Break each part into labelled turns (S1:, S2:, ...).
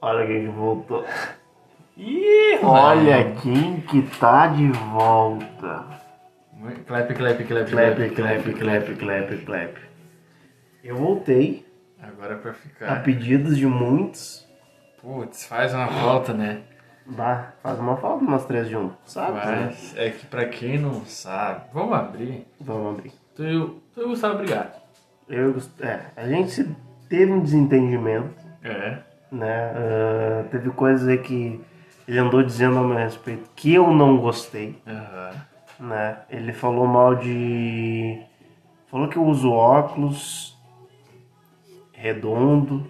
S1: Olha quem que voltou. Ih, Olha quem que tá de volta.
S2: Clap, clap, clap,
S1: Clap, clap, clap, clap, clap. Eu voltei
S2: Agora é pra ficar.
S1: a pedidos de muitos.
S2: Putz, faz uma volta, né?
S1: Bah, faz uma falta umas três de um, sabe? né?
S2: Mas é que pra quem não sabe, vamos abrir.
S1: Vamos abrir.
S2: Tu e o, tu e o Gustavo Brigado.
S1: Eu, e o Gust- é, a gente se- teve um desentendimento,
S2: É.
S1: né? Ah, teve coisas aí que ele andou dizendo a meu respeito que eu não gostei.
S2: Aham.
S1: né? Ele falou mal de. Falou que eu uso óculos redondo.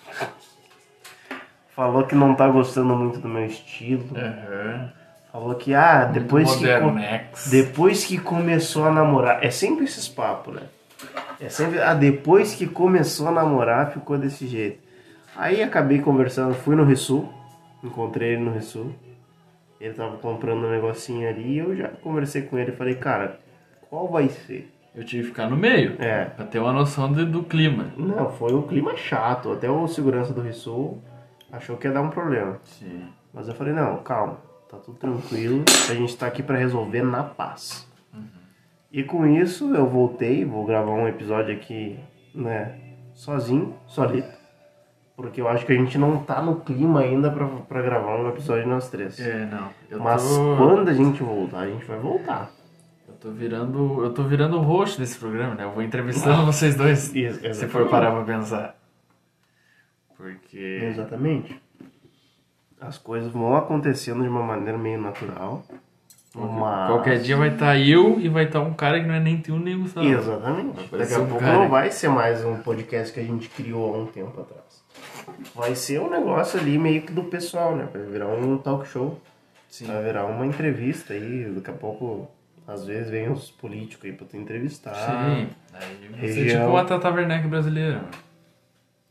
S1: falou que não tá gostando muito do meu estilo.
S2: Aham.
S1: Falou que, ah, depois que, co-
S2: Modernex.
S1: depois que começou a namorar. É sempre esses papos, né? É sempre. Ah, depois que começou a namorar, ficou desse jeito. Aí acabei conversando, fui no Rissul, encontrei ele no Rissul. Ele tava comprando um negocinho ali e eu já conversei com ele e falei, cara, qual vai ser?
S2: Eu tive que ficar no meio.
S1: É.
S2: Pra ter uma noção de- do clima.
S1: Não, foi um clima chato. Até o segurança do Rissul achou que ia dar um problema.
S2: Sim.
S1: Mas eu falei, não, calma, tá tudo tranquilo, a gente tá aqui pra resolver na paz. E com isso eu voltei, vou gravar um episódio aqui, né, sozinho, solito. Porque eu acho que a gente não tá no clima ainda pra, pra gravar um episódio nós três.
S2: É, não. Eu
S1: Mas
S2: tô.
S1: quando a gente voltar, a gente vai voltar.
S2: Eu tô virando. Eu tô virando o roxo desse programa, né? Eu vou entrevistando vocês dois.
S1: Ex-
S2: Se for
S1: Ah. exatamente.
S2: parar pra pensar. Porque.
S1: Exatamente. As coisas vão acontecendo de uma maneira meio natural. Mas...
S2: Qualquer dia vai estar eu e vai estar um cara que não é nem teu nem Gustavo.
S1: Exatamente. Daqui
S2: parecer
S1: a
S2: um
S1: pouco
S2: cara.
S1: não vai ser mais um podcast que a gente criou há um tempo atrás. Vai ser um negócio ali meio que do pessoal, né? Vai virar um talk show,
S2: Sim.
S1: vai virar uma entrevista aí. Daqui a pouco, às vezes, vem os políticos aí pra tu entrevistar.
S2: Sim. Aí você é
S1: Região.
S2: tipo a Tata Werneck brasileira. mano.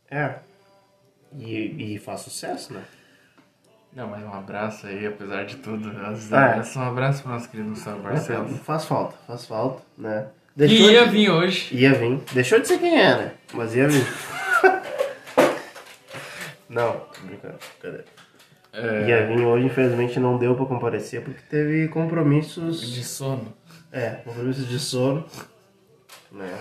S1: É. E, e faz sucesso, né?
S2: Não, mas um abraço aí, apesar de tudo. As
S1: Ah, é.
S2: é. só um abraço pro nosso querido Gustavo Barcelos.
S1: Faz falta, faz falta, né?
S2: Que
S1: Deixou
S2: ia
S1: de...
S2: vir hoje.
S1: Ia vir. Deixou de ser quem era, mas ia vir. Não, tô brincando. Cadê?
S2: É,
S1: Ia vir hoje, infelizmente, não deu pra comparecer porque teve compromissos.
S2: de sono.
S1: É, compromissos de sono. Né?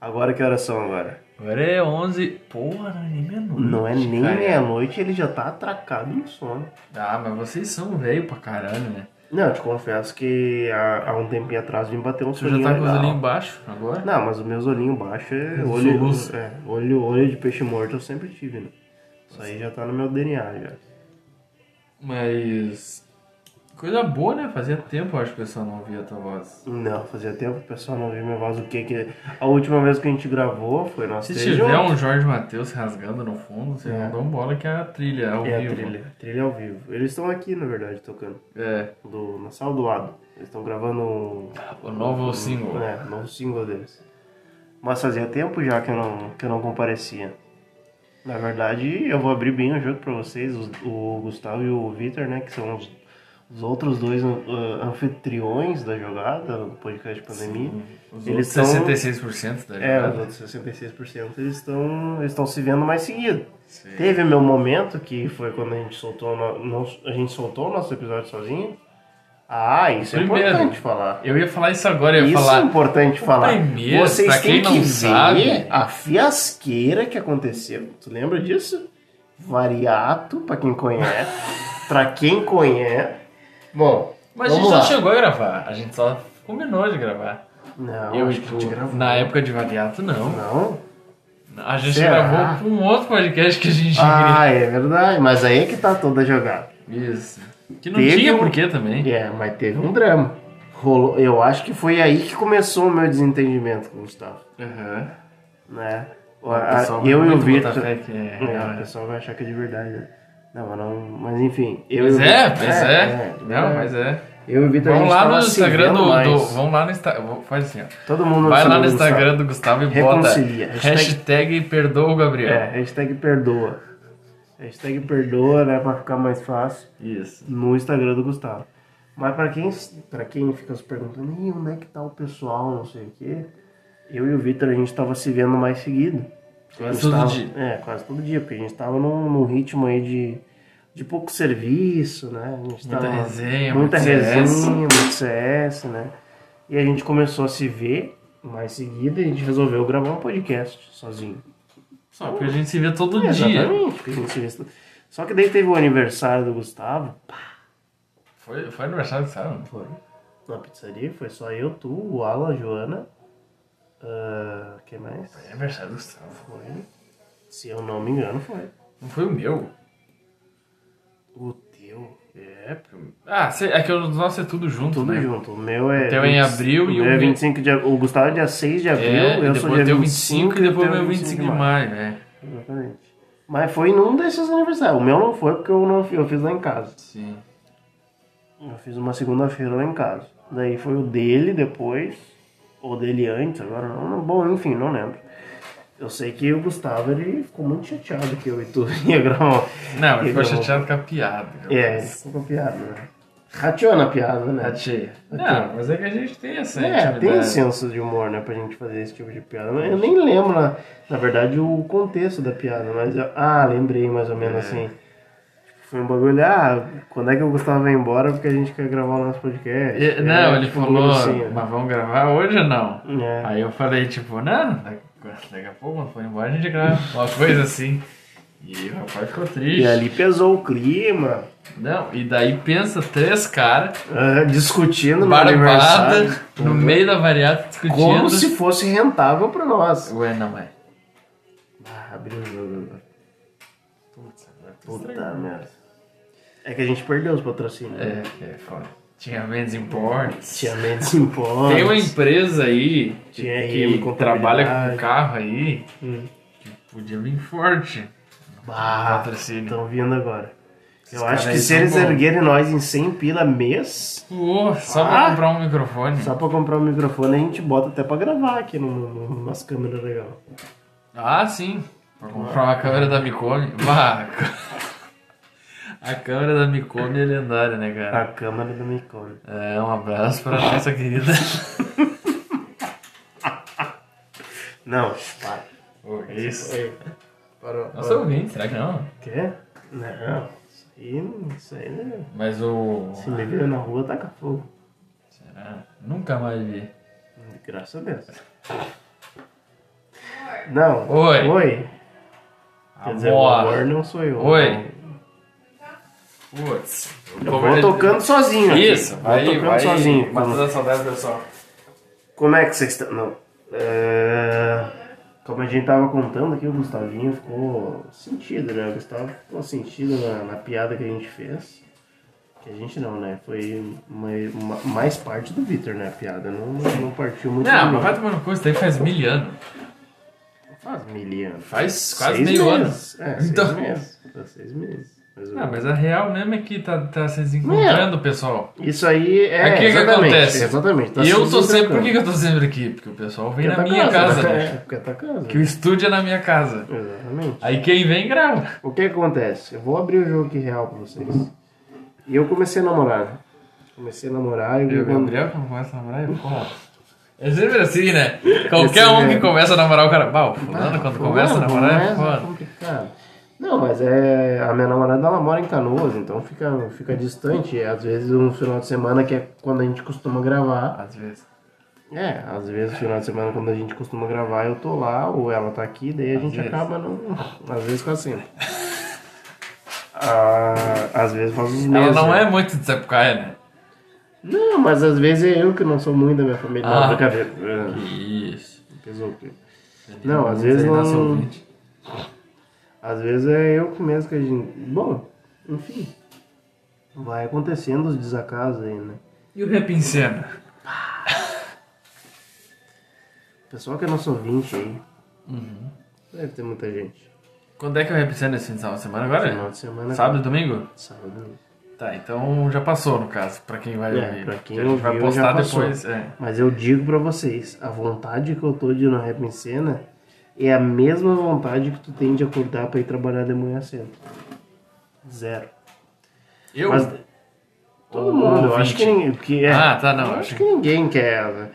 S1: Agora que horas são agora?
S2: Agora é 11. Porra, não é nem meia-noite.
S1: Não é nem
S2: cara.
S1: meia-noite, ele já tá atracado no sono.
S2: Ah, mas vocês são velho pra caralho, né?
S1: Não, eu te confesso que há, há um tempinho atrás vim bater um
S2: Tu já
S1: soninho
S2: tá com os
S1: legal.
S2: olhinhos embaixo agora?
S1: Não, mas o meu olhinho baixo é
S2: Um
S1: olho,
S2: soluço.
S1: é, olho, olho de peixe morto eu sempre tive, né? Isso aí já tá no meu DNA já.
S2: Mas. Coisa boa, né? Fazia tempo, eu acho que o pessoal não ouvia a tua voz.
S1: Não, fazia tempo que o pessoal não ouvia minha voz o que que. A última vez que a gente gravou foi nós
S2: Se
S1: três
S2: tiver
S1: juntos.
S2: um Jorge Matheus rasgando no fundo, vocês
S1: É.
S2: não dão bola que é a trilha ao
S1: É a
S2: vivo.
S1: trilha, trilha ao vivo. Eles estão aqui, na verdade, tocando.
S2: É,
S1: Do, na sala do lado. Eles estão gravando um,
S2: o novo single.
S1: é, novo single deles. Mas fazia tempo já que eu não, que eu não comparecia. Na verdade, eu vou abrir bem o jogo pra vocês, os- o Gustavo e o Vitor, né? Que são os, os outros dois ah, anfitriões da jogada, do podcast Pandemia.
S2: Os
S1: Eles
S2: outros
S1: são-
S2: 66% da
S1: É, os
S2: jogada.
S1: outros 66% eles estão eles estão se vendo mais seguido.
S2: Sim.
S1: Teve meu momento que foi quando a gente soltou o no- nosso, a gente soltou o nosso episódio sozinho. Ah, isso
S2: Primeiro.
S1: é importante falar.
S2: Eu ia falar isso agora, eu ia
S1: Isso é
S2: falar.
S1: importante falar.
S2: primeiro,
S1: Vocês
S2: pra
S1: têm
S2: quem não
S1: que
S2: sabe-
S1: ver a fiasqueira que aconteceu. Tu lembra disso? Variato, pra quem conhece. pra quem conhece. Bom,
S2: Mas a
S1: vamos
S2: gente não
S1: lá.
S2: chegou a gravar, a gente só combinou de gravar.
S1: Não,
S2: eu
S1: acho que a gente
S2: tu-
S1: gravou.
S2: Na época de Variato, não.
S1: Não?
S2: A gente
S1: Será?
S2: gravou pra um outro podcast que a gente
S1: Ah, é verdade. Mas aí é que tá toda jogada.
S2: queria. Isso. Que não
S1: Teve
S2: tinha
S1: um-
S2: porquê também.
S1: É, mas teve um drama. Rolou, eu acho que foi aí que começou o meu desentendimento com o Gustavo,
S2: Aham.
S1: né?
S2: O
S1: A-
S2: pessoal
S1: eu e o
S2: muito bota
S1: Vitor.
S2: fé que é
S1: É,
S2: real,
S1: o
S2: né?
S1: pessoal vai achar que é de verdade. né? Não, mas não. Mas enfim. Eu e
S2: Mas
S1: o
S2: é,
S1: Vitor-
S2: mas é. Não, mas é.
S1: Eu e o Vitor. Então, a
S2: Vão
S1: gente
S2: lá
S1: tava
S2: no
S1: se
S2: Instagram
S1: vendo
S2: do,
S1: mais.
S2: do. Vão lá no Instagram. Faz assim, ó.
S1: Todo mundo
S2: Vai lá no
S1: segundo
S2: Instagram do Gustavo e bota
S1: Reconcilia. Hashtag-
S2: hashtag perdoa o Gabriel.
S1: É, hashtag perdoa. Hashtag perdoa, né? Pra ficar mais fácil.
S2: Isso.
S1: no Instagram do Gustavo. Mas pra quem, pra quem fica se perguntando, "Ih, onde é que tá o pessoal, não sei o quê, eu e o Vitor, a gente tava se vendo mais seguido. Quase
S2: Todo
S1: tava-
S2: dia.
S1: É, quase todo dia, porque a gente tava num, num ritmo aí de, de pouco serviço, né? A gente
S2: Muita
S1: tava-
S2: resenha,
S1: muita
S2: muito
S1: resenha,
S2: CS.
S1: muito CS, né? E a gente começou a se ver mais seguida e a gente resolveu gravar um podcast sozinho.
S2: Só porque a gente se vê todo
S1: É,
S2: dia.
S1: Exatamente. porque a gente se vê- Só que daí teve o aniversário do Gustavo.
S2: Foi, foi aniversário de sábado?
S1: Foi. Na pizzaria, foi só eu, tu, o Alan, a Joana. ah, quem mais?
S2: Foi aniversário do sábado.
S1: Foi. Se eu não me engano, foi.
S2: Não foi o meu.
S1: O teu. É, pô.
S2: Ah, sei- é que o nosso é tudo junto,
S1: Tudo
S2: né?
S1: junto. O meu é.
S2: O teu é em abril
S1: o
S2: e
S1: meu
S2: o
S1: é
S2: meu-
S1: 25 de abril. O Gustavo é dia 6 de abril,
S2: É, e
S1: eu sou dia
S2: depois deu 25 e depois
S1: o teu
S2: meu
S1: é
S2: 25 de maio, né?
S1: Exatamente. Mas foi num desses aniversários. O meu não foi porque eu não eu fiz lá em casa.
S2: Sim.
S1: Eu fiz uma segunda-feira lá em casa. Daí foi o dele depois, ou dele antes, agora não. não- Bom, enfim, não lembro. Eu sei que o Gustavo ele ficou muito chateado que eu e tu ia gravar.
S2: Não, mas ficou
S1: Ele não-
S2: chateado com a piada.
S1: É, ele ficou com a piada, né? Rateou na piada, né?
S2: Chateia. Tá Não, mas é que a gente tem essa
S1: É,
S2: intimidade.
S1: tem senso de humor, né, pra gente fazer esse tipo de piada. Eu nem lembro, na, na verdade, o contexto da piada, mas eu, ah, lembrei mais ou
S2: É.
S1: menos assim. Foi um bagulho, ah, quando é que o Gustavo vai embora porque a gente quer gravar o nosso podcast?
S2: E- não,
S1: É,
S2: ele
S1: tipo, um
S2: falou,
S1: bagulho assim, né?
S2: mas vamos gravar hoje ou não?
S1: É.
S2: Aí eu falei, tipo, não, daqui, daqui a pouco, quando for embora, a gente grava. Uma coisa assim. E o rapaz ficou triste.
S1: E ali pesou o clima,
S2: Não, e daí pensa três caras,
S1: ah, discutindo no
S2: barbada,
S1: aniversário.
S2: no meio da variada, discutindo.
S1: Como se fosse rentável pra nós.
S2: Ué, não é.
S1: Ah, abriu o jogo agora.
S2: Putz, agora tá tu
S1: Puta
S2: estragou.
S1: merda. É que a gente perdeu os patrocínios. né?
S2: É, é foda. Tinha Mendes Imports.
S1: Tinha Mendes Imports.
S2: Tem um uma empresa aí que,
S1: Tinha
S2: que
S1: RM,
S2: trabalha com
S1: contabilidade.
S2: carro aí,
S1: Hum. Ah.
S2: podia vir forte.
S1: Bah,
S2: Patrocínio.
S1: estão vindo agora.
S2: Esses
S1: Eu acho
S2: caras
S1: que
S2: aí
S1: se
S2: são
S1: eles
S2: bons.
S1: erguerem nós em 100 pila mês,
S2: Pô, só pra
S1: Ah!
S2: comprar um microfone.
S1: só pra comprar um microfone, a gente bota até pra gravar aqui num- numas câmeras legal.
S2: Ah, sim. Pra comprar uma câmera da Micome. Bah, a câ- a câmera da Micome é lendária, né, cara?
S1: A câmera do né? microfone.
S2: É, um abraço pra nossa querida.
S1: Não, para.
S2: Pô, que isso.
S1: Ei, Parou.
S2: Nossa,
S1: parou.
S2: eu vim, será que não?
S1: Quê? Não, isso aí, isso aí né?
S2: Mas o.
S1: Se me viu na rua, taca fogo.
S2: Será? Nunca mais vi.
S1: Graças a Deus. Não.
S2: Oi.
S1: Oi. Quer dizer, o amor
S2: Amor.
S1: não sou eu.
S2: Oi. Putz. é
S1: Eu vou tocando sozinho aqui.
S2: Isso,
S1: Vou
S2: vai,
S1: tocando
S2: vai.
S1: sozinho.
S2: Matando a saudade do pessoal.
S1: Como é que vocês estão? Não. É, Como a gente tava contando aqui, o Gustavinho ficou sentido, né? O Gustavo ficou sentido na, na piada que a gente fez. Que a gente não, né? Foi uma- uma- mais parte do Victor, né? A piada não, não partiu muito. de
S2: Não,
S1: mim.
S2: mas vai tomar no cu, isso daí faz mil anos.
S1: Faz mil anos.
S2: Faz quase
S1: Seis
S2: meio
S1: meses.
S2: ano.
S1: É,
S2: Então-
S1: seis meses. Faz seis meses. mais ou
S2: Ah,
S1: menos.
S2: mas a real mesmo é que tá, tá se desencontrando, pessoal.
S1: Isso aí é.
S2: Aqui que
S1: exatamente,
S2: acontece.
S1: Exatamente. Tá
S2: e eu tô sempre. Por
S1: porque
S2: que que eu tô sempre aqui? Porque o pessoal vem
S1: é
S2: na
S1: tua
S2: minha casa,
S1: né?
S2: né?
S1: É, porque é tua casa.
S2: Que o estúdio é na minha casa.
S1: Exatamente.
S2: Aí quem vem grava.
S1: O que acontece? Eu vou abrir o jogo aqui real pra vocês. E eu comecei a namorar. né? Comecei a namorar e
S2: E o Gabriel, quando começa a namorar, eu como. É sempre assim, né? Qualquer
S1: Esse
S2: um
S1: é-
S2: que começa a namorar, o cara. Bah, o fulano, quando começa a namorar, é
S1: é
S2: foda.
S1: complicado. Não, mas é. A minha namorada ela mora em canoas, então fica, fica distante. E Às vezes um final de semana que é quando a gente costuma gravar.
S2: Às vezes.
S1: É, às vezes final de semana quando a gente costuma gravar, eu tô lá, ou ela tá aqui, daí a
S2: Às
S1: gente
S2: vezes.
S1: acaba não. Às vezes fica assim. Ah, às vezes faz uns meses.
S2: Ela não
S1: né?
S2: é muito de Sapucaia, né?
S1: Não, mas às vezes é eu que não sou muito da minha família.
S2: Ah.
S1: Não, brincadeira. É,
S2: Isso.
S1: Pesou o quê? Não, às vezes
S2: Aí, nosso
S1: não-
S2: ouvinte.
S1: Às vezes é eu que mesmo que a gente. Bom, enfim. Vai acontecendo os desacasos aí, né?
S2: E o rap em cena?
S1: Pessoal que é nosso ouvinte aí. Deve ter muita gente.
S2: Quando é que eu repensando esse final de semana agora?
S1: Final de semana.
S2: Sábado e domingo?
S1: Sábado.
S2: Tá, então já passou no caso, pra quem vai
S1: É,
S2: ouvir.
S1: pra quem
S2: a gente vai
S1: ouviu, já
S2: postar
S1: passou.
S2: depois. É.
S1: Mas eu digo pra vocês, a vontade que eu tô de ir no rap em cena é a mesma vontade que tu tem de acordar pra ir trabalhar de manhã cedo. Zero.
S2: Eu?
S1: Mas todo
S2: Ou
S1: mundo, eu acho
S2: ouvinte?
S1: que, ninguém- que é.
S2: Ah, tá, não,
S1: Eu
S2: acho
S1: acho que né? ninguém quer.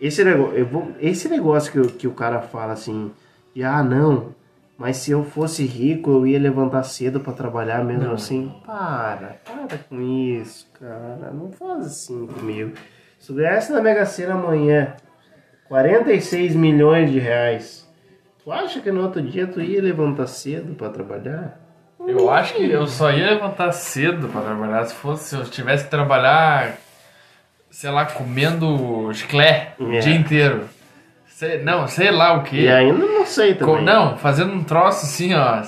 S1: Esse negócio, eu vou, esse negócio que, o- que o cara fala assim, E ah, não, mas se eu fosse rico eu ia levantar cedo pra trabalhar mesmo
S2: Não. é.
S1: assim. Para, para com isso, cara. Não faz assim comigo. Se eu ganhasse na Mega Sena amanhã 46 milhões de reais, tu acha que no outro dia tu ia levantar cedo pra trabalhar?
S2: Eu acho que eu só ia levantar cedo pra trabalhar se fosse se eu tivesse que trabalhar, sei lá, comendo chiclé
S1: É.
S2: o dia inteiro. Sei- não, sei lá o
S1: E
S2: que.
S1: ainda não sei também.
S2: É. não, fazendo um troço assim, ó.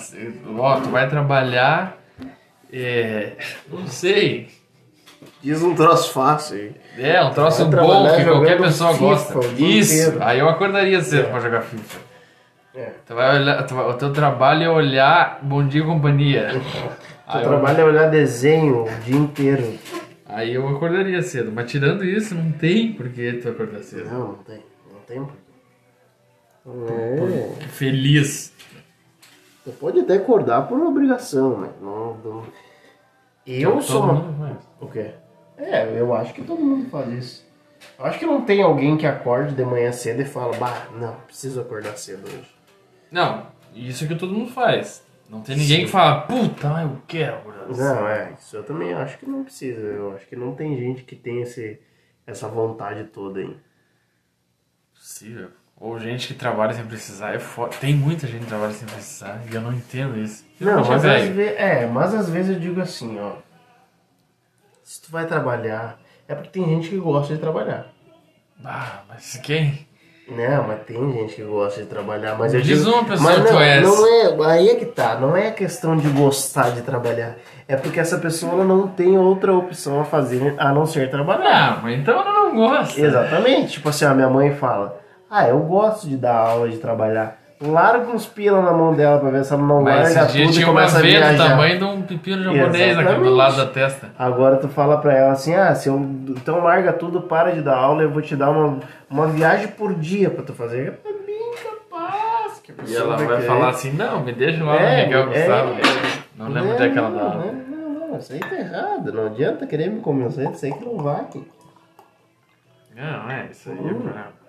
S2: Ó, tu vai trabalhar. É, não sei.
S1: Diz um troço fácil aí.
S2: É, um troço
S1: Vai
S2: bom
S1: trabalhar
S2: que qualquer
S1: jogando
S2: pessoa
S1: FIFA
S2: gosta.
S1: o dia
S2: Isso,
S1: inteiro.
S2: aí eu acordaria cedo
S1: É.
S2: pra jogar FIFA.
S1: É.
S2: Tu vai olhar, tu vai- o teu trabalho é olhar Bom Dia e Companhia.
S1: Tu
S2: Aí eu-
S1: trabalha é olhar desenho o dia inteiro.
S2: Aí eu acordaria cedo, mas tirando isso, não tem por que tu acordar cedo.
S1: Não, não tem. Não tem porquê. É,
S2: Feliz.
S1: você pode até acordar por obrigação, mas não. não- Eu
S2: Todo
S1: sou uma.
S2: mundo faz.
S1: Então, O quê? É, eu acho que todo mundo faz isso. Eu acho que não tem alguém que acorde de manhã cedo e fala, bah, não, preciso acordar cedo hoje.
S2: Não, isso é que todo mundo faz. Não tem ninguém que fala, puta, mas eu quero acordar cedo.
S1: Não, é, isso eu também acho que não precisa. Eu acho que não tem gente que tem esse, essa vontade toda aí.
S2: é Possível. Ou gente que trabalha sem precisar. É foda. Tem muita gente que trabalha sem precisar e eu não entendo isso.
S1: Não,
S2: Geralmente é
S1: mas às,
S2: velho.
S1: ve- é, mas às vezes eu digo assim, ó. Se tu vai trabalhar, é porque tem gente que gosta de trabalhar.
S2: Ah, mas quem?
S1: Não, mas tem gente que gosta de trabalhar, mas eu
S2: Diz
S1: digo,
S2: uma pessoa
S1: mas
S2: que tu
S1: não,
S2: és.
S1: não é, aí é que tá, não é questão de gostar de trabalhar, é porque essa pessoa ela não tem outra opção a fazer a não ser trabalhar.
S2: Ah, mas então ela não gosta.
S1: Exatamente, tipo assim, a minha mãe fala, ah, eu gosto de dar aula, de trabalhar, larga uns pila na mão dela pra ver se ela não
S2: Mas
S1: larga
S2: esse dia
S1: tudo e
S2: tinha uma
S1: começa a
S2: veia do
S1: viajar.
S2: tamanho de um pepino japonês aqui do
S1: Exatamente.
S2: lado da testa.
S1: Agora tu fala pra ela assim, ah, se eu, então larga tudo, para de dar aula, eu vou te dar uma, uma viagem por dia pra tu fazer. É bem capaz que é." a
S2: E
S1: pessoa
S2: ela vai
S1: querer.
S2: falar assim, não, me deixa lá no
S1: É,
S2: Miguel
S1: é.
S2: Gustavo. Não lembro onde é que ela dá.
S1: Não, não, não, isso aí tá errado, não adianta querer me convencer disso aí que não vai.
S2: Não, é, isso aí é
S1: Hum.
S2: problema.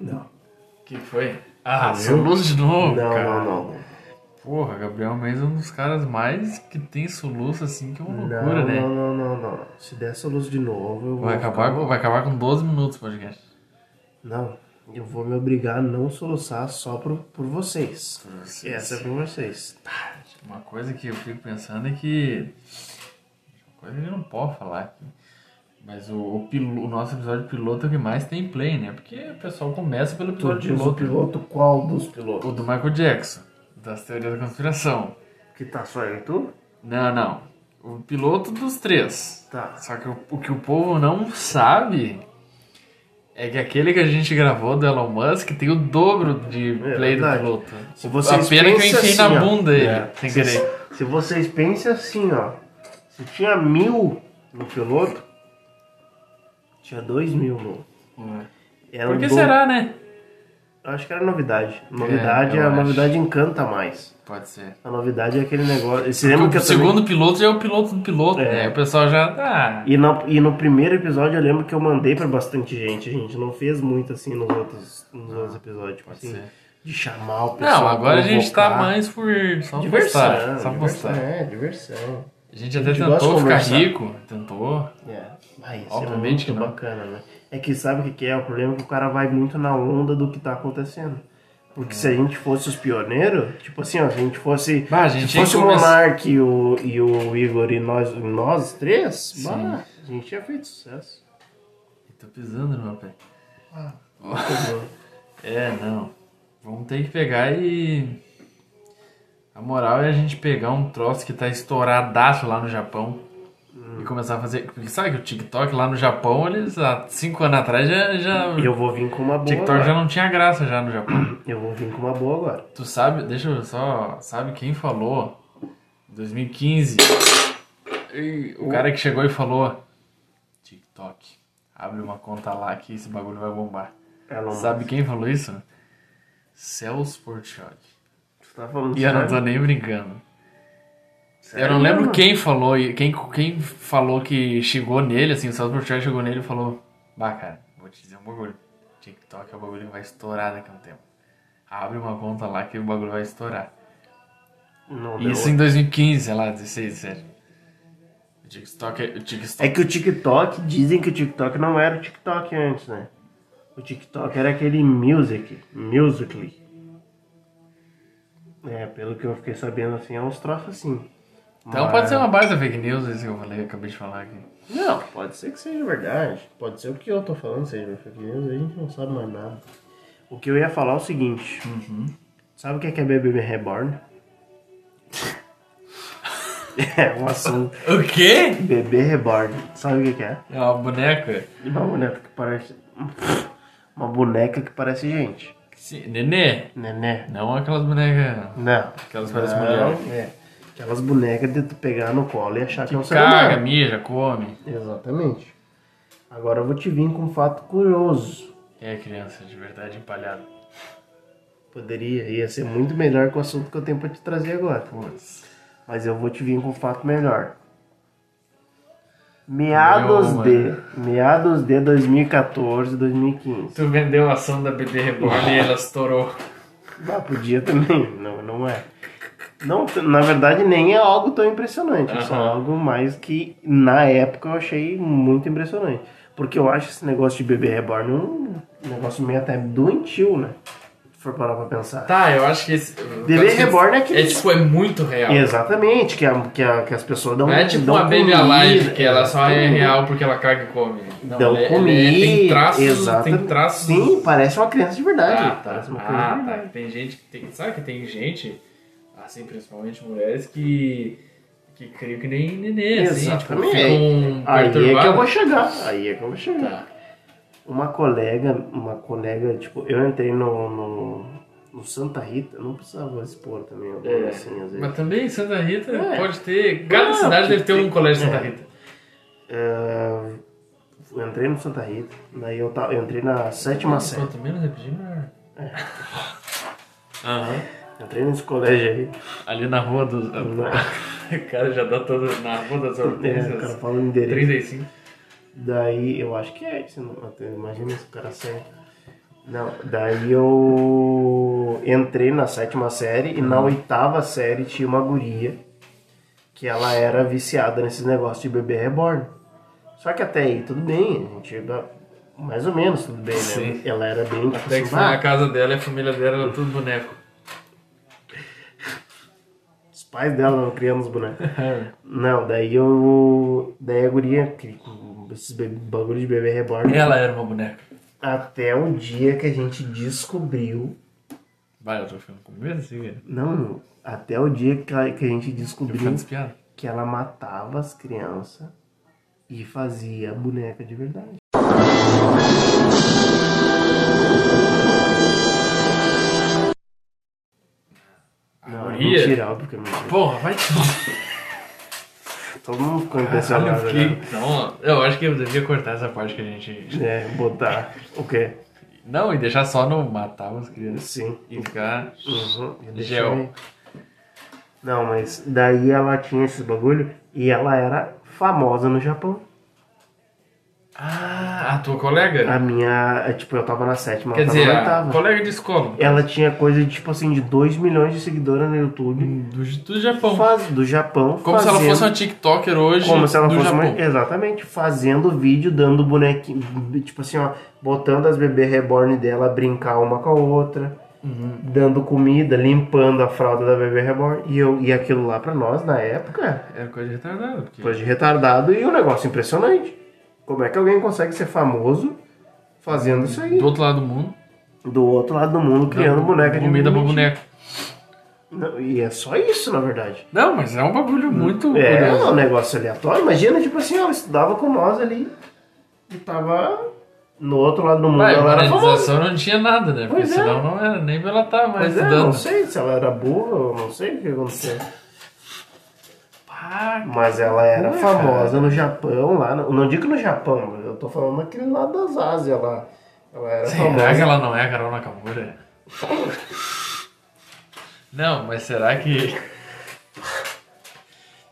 S1: Não.
S2: que foi? Ah,
S1: Eu?
S2: soluço de novo,
S1: não,
S2: cara.
S1: não, não.
S2: Porra, Gabriel Mendes é um dos caras mais que tem soluço assim, que é uma
S1: Não,
S2: loucura, né?
S1: não, não, não, não. Se der essa luz de novo, eu vou.
S2: Vai acabar, com- vai acabar com 12 minutos o podcast.
S1: Não, eu vou me obrigar a não soluçar só por, por vocês. Essa é por vocês.
S2: Tá, Uma coisa que eu fico pensando é que. Uma coisa que eu não posso falar aqui. Mas o, o, pilo- o nosso episódio piloto é o que mais tem play, né? Porque o pessoal começa pelo
S1: Tu
S2: episódio
S1: diz o
S2: piloto.
S1: piloto qual dos pilotos?
S2: O do Michael Jackson, das teorias da conspiração.
S1: Que tá só eu e tu?
S2: Não, não. O piloto dos três.
S1: Tá.
S2: Só que o, o que o povo não sabe é que aquele que a gente gravou do Elon Musk tem o dobro de
S1: É
S2: play
S1: verdade.
S2: do piloto.
S1: Se vocês
S2: a pena que eu
S1: pensam
S2: enfiei na
S1: assim, ó.
S2: bunda ele,
S1: É.
S2: sem
S1: Se-
S2: querer.
S1: Se vocês pensam assim, ó. Se tinha mil no piloto, tinha dois mil no. Era
S2: Por
S1: um
S2: que
S1: do-
S2: será, né?
S1: Eu acho que era novidade. Novidade, é,
S2: eu
S1: a
S2: acho.
S1: novidade encanta mais.
S2: Pode ser.
S1: A novidade é aquele negócio. Você
S2: Porque
S1: lembra que
S2: o
S1: eu também-
S2: segundo piloto já é o piloto do piloto,
S1: É.
S2: né? Aí O pessoal já. Ah,
S1: E no, e no primeiro episódio eu lembro que eu mandei pra bastante gente. A gente não fez muito assim nos outros, nos outros episódios. Tipo,
S2: Ah, pode
S1: assim,
S2: ser.
S1: de chamar o pessoal.
S2: Não, agora a gente tá
S1: provocar.
S2: mais por. Só
S1: Diversão,
S2: postar. Só
S1: diversão,
S2: postar.
S1: É, diversão.
S2: A gente até
S1: A gente gosta
S2: tentou
S1: de
S2: ficar
S1: conversar.
S2: rico. Tentou.
S1: É. Ah, isso
S2: Obviamente
S1: é
S2: que
S1: muito
S2: não.
S1: bacana, né? É que sabe o que que é? O problema é que o cara vai muito na onda do que tá acontecendo. Porque se a gente fosse os pioneiros, tipo assim, ó, se a gente fosse.
S2: Bah, a gente
S1: se fosse
S2: ia
S1: o
S2: começar-
S1: Monark e o, e o Igor e nós, nós três, bah, a gente tinha feito sucesso.
S2: Tô pisando no meu pé.
S1: Entendeu?
S2: É, não. Vamos ter que pegar e. A moral é a gente pegar um troço que tá estouradaço lá no Japão e começar a fazer. Porque sabe que o TikTok lá no Japão, eles há cinco anos atrás já. já...
S1: eu vou vir com uma boa.
S2: TikTok já
S1: agora.
S2: não tinha graça já no Japão.
S1: Eu vou vir com uma boa agora.
S2: tu sabe, deixa eu só. Sabe quem falou? 2015. E O cara que chegou e falou: TikTok, abre uma conta lá que esse bagulho vai bombar.
S1: Elon
S2: Sabe
S1: Musk.
S2: quem falou isso? Celso Portiolli.
S1: Tu tá falando
S2: E eu não
S1: sério?
S2: tô nem brincando. Eu
S1: Sério,
S2: não lembro
S1: mano?
S2: quem falou, e quem, quem falou que chegou nele, assim, o Celso Portiolli chegou nele e falou, bah, cara, vou te dizer um bagulho. TikTok é o bagulho que vai estourar daqui a um tempo. Abre uma conta lá que o bagulho vai estourar.
S1: Não deu.
S2: Isso em 2015, sei lá, 16, 17. O TikTok é. O
S1: É
S2: TikTok.
S1: que o TikTok, dizem que o TikTok não era o TikTok antes, né? O TikTok era aquele music, musically. É, pelo que eu fiquei sabendo, assim, é uns troços assim.
S2: Então
S1: Mas-
S2: pode ser uma baita fake news esse que eu falei, acabei de falar aqui.
S1: Não, pode ser que seja verdade. Pode ser o que eu tô falando seja fake news, a gente não sabe mais nada. O que eu ia falar é o seguinte.
S2: Uhum.
S1: Sabe o que é, que é BBB Reborn? é um assunto.
S2: O quê?
S1: Bebê Reborn. Sabe o que que é?
S2: É uma boneca.
S1: Uma boneca que parece. Uma boneca que parece gente.
S2: Sim, Nenê.
S1: Nené.
S2: Não aquelas bonecas.
S1: Não.
S2: Aquelas parecem
S1: Não,
S2: mulher.
S1: É. Aquelas bonecas de tu pegar no colo e achar que, é um ser
S2: Caga,
S1: humano.
S2: mija, come.
S1: Exatamente. Agora eu vou te vir com um fato curioso.
S2: É criança de verdade empalhada.
S1: Poderia, ia ser muito melhor com o assunto que eu tenho pra te trazer agora.
S2: Putz.
S1: Mas eu vou te vir com um fato melhor. Meados
S2: Meu,
S1: de. Meados de 2014, 2015.
S2: Tu vendeu a ação da BB Reborn e ela estourou.
S1: Ah, podia também, não, não é. Não, na verdade nem é algo tão impressionante, é só
S2: Aham.
S1: algo mais que na época eu achei muito impressionante. Porque eu acho esse negócio de bebê reborn um negócio meio até doentio, né? Se for parar pra pensar.
S2: Tá, eu acho que esse.
S1: Bebê
S2: eu acho que
S1: Reborn é aquele-
S2: É tipo, é muito real.
S1: Exatamente, que, a, que, a, que as pessoas dão
S2: Não é tipo
S1: dão
S2: uma Baby
S1: comida,
S2: Alive, que ela só é
S1: exatamente.
S2: real porque ela caga e come. Não,
S1: Dão
S2: ele- ele
S1: comida.
S2: é- tem traços,
S1: exatamente.
S2: tem traços.
S1: Sim, parece uma criança de verdade.
S2: Ah, tá.
S1: Parece é uma criança de
S2: Ah,
S1: verdade.
S2: tá. Tem gente que tem. Sabe que tem gente, assim, principalmente mulheres, que. que criam que nem nenê, assim, tipo,
S1: Exatamente.
S2: ficam
S1: Aí é que eu vou
S2: perturbadas.
S1: chegar. Aí é que eu vou chegar.
S2: Tá.
S1: Uma colega, uma colega, tipo, eu entrei no, no, no Santa Rita, eu não precisava expor também, eu
S2: É.
S1: assim, às vezes.
S2: Mas também Santa Rita
S1: É.
S2: pode ter. Cada
S1: Não,
S2: cidade deve ter
S1: tem-
S2: um colégio Santa
S1: é.
S2: Rita.
S1: É, eu entrei no Santa Rita, daí eu, ta- eu entrei na sétima série.
S2: Quanto menos é repetir, melhor. É. Aham.
S1: Entrei nesse colégio aí.
S2: Ali na rua dos. O cara já dá todo. Na rua das
S1: É, o cara
S2: hortênsias.
S1: fala o endereço.
S2: 35.
S1: Daí eu acho que é, se não- até imagina esse cara sério. Não, daí eu entrei na sétima série e
S2: Uhum.
S1: na oitava série tinha uma guria que ela era viciada nesse negócio de bebê reborn. Só que até aí tudo bem, a gente dá- mais ou menos tudo bem, né?
S2: Sim.
S1: Ela era bem tipo,
S2: Até que
S1: assim,
S2: foi na
S1: "Ah,
S2: casa dela e a família dela era tudo boneco.
S1: os pais dela não criando os bonecos. Não, daí eu. Daí a guria, que- com esses be- bagulho de bebê reborn,
S2: Ela era uma boneca.
S1: até um dia que a gente descobriu
S2: Vai, eu tô ficando com medo assim, cara.
S1: Não, até o dia que, ela- que a gente
S2: Eu fico
S1: descobriu
S2: despiado.
S1: que ela matava as crianças e fazia boneca de verdade. Não,
S2: guria?
S1: mentira, óbvio que é mentira.
S2: Porra, vai te
S1: Todo mundo ficou
S2: Olha, eu
S1: impressionado, né?
S2: fiquei- Não, Então, eu acho que eu devia cortar essa parte que a gente.
S1: É, botar o quê?
S2: Não, e deixar só no matar os crianças.
S1: Sim.
S2: E ficar.
S1: Uhum, eu deixei.
S2: Gel.
S1: Não, mas daí ela tinha esses bagulho e ela era famosa no Japão.
S2: Ah, a tua colega?
S1: A minha, é, tipo, eu tava na sétima,
S2: Quer
S1: ela tava
S2: dizer,
S1: na
S2: a
S1: oitava.
S2: colega de escola.
S1: Ela tinha coisa de tipo assim de 2 milhões de seguidores no YouTube
S2: Do, do Japão.
S1: faz, do Japão.
S2: Como se ela
S1: fazendo-
S2: fosse uma TikToker hoje.
S1: como se ela
S2: do
S1: fosse
S2: Japão.
S1: uma- exatamente fazendo vídeo dando bonequinho, tipo assim, ó, botando as bebê reborn dela a brincar uma com a outra,
S2: Uhum.
S1: dando comida, limpando a fralda da bebê reborn e eu e aquilo lá pra nós na época,
S2: É coisa retardada. Porque...
S1: coisa de retardado e um negócio impressionante. Como é que alguém consegue ser famoso fazendo isso aí?
S2: Do outro lado do mundo.
S1: Do outro lado do mundo criando
S2: dando
S1: boneca de
S2: comida pra
S1: mentira.
S2: boneca.
S1: Não, e é só isso, na verdade.
S2: Não, mas é um bagulho muito
S1: É,
S2: curioso.
S1: um negócio aleatório. Imagina, tipo assim, ela estudava com nós ali e tava no outro lado do mundo.
S2: Vai, assim, a
S1: ela era famosa.
S2: monetização não tinha nada, né? Porque
S1: Pois é.
S2: senão não era nem pra ela tá mais
S1: Mas é, não
S2: estudando.
S1: sei se ela era burra ou não sei o que aconteceu.
S2: Pá,
S1: Mas ela era
S2: Ué,
S1: famosa no Japão, lá. no- não digo no Japão, eu tô falando naquele lado das Ásias lá. Ela era
S2: será que
S1: famosa.
S2: ela não é a Carol Nakamura? Não, mas será que.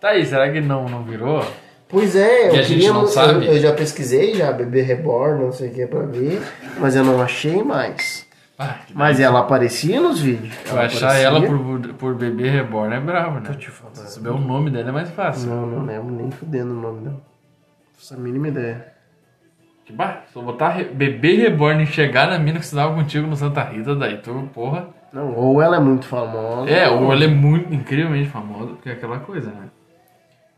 S2: Tá aí, será que não, não virou?
S3: Pois é, eu,
S2: Que a gente
S3: queria
S2: não
S3: mu- eu-
S2: sabe.
S3: Eu, já pesquisei, já bebê reborn, não sei o que pra ver, mas eu não achei mais.
S2: Ah, que
S3: Mas ela aparecia nos vídeos.
S2: Vai achar
S3: aparecia.
S2: ela por, por bebê reborn é bravo, né?
S1: Tô te falando.
S2: Se souber o nome dela é mais fácil.
S1: Não, não lembro nem fudendo o nome dela. Faço a mínima ideia.
S2: Que bah, se eu botar re- bebê reborn e chegar na mina que estudava contigo no Santa Rita, daí tu, porra.
S1: Não, ou ela é muito famosa.
S2: É, ou ela é muito incrivelmente famosa, porque é aquela coisa, né?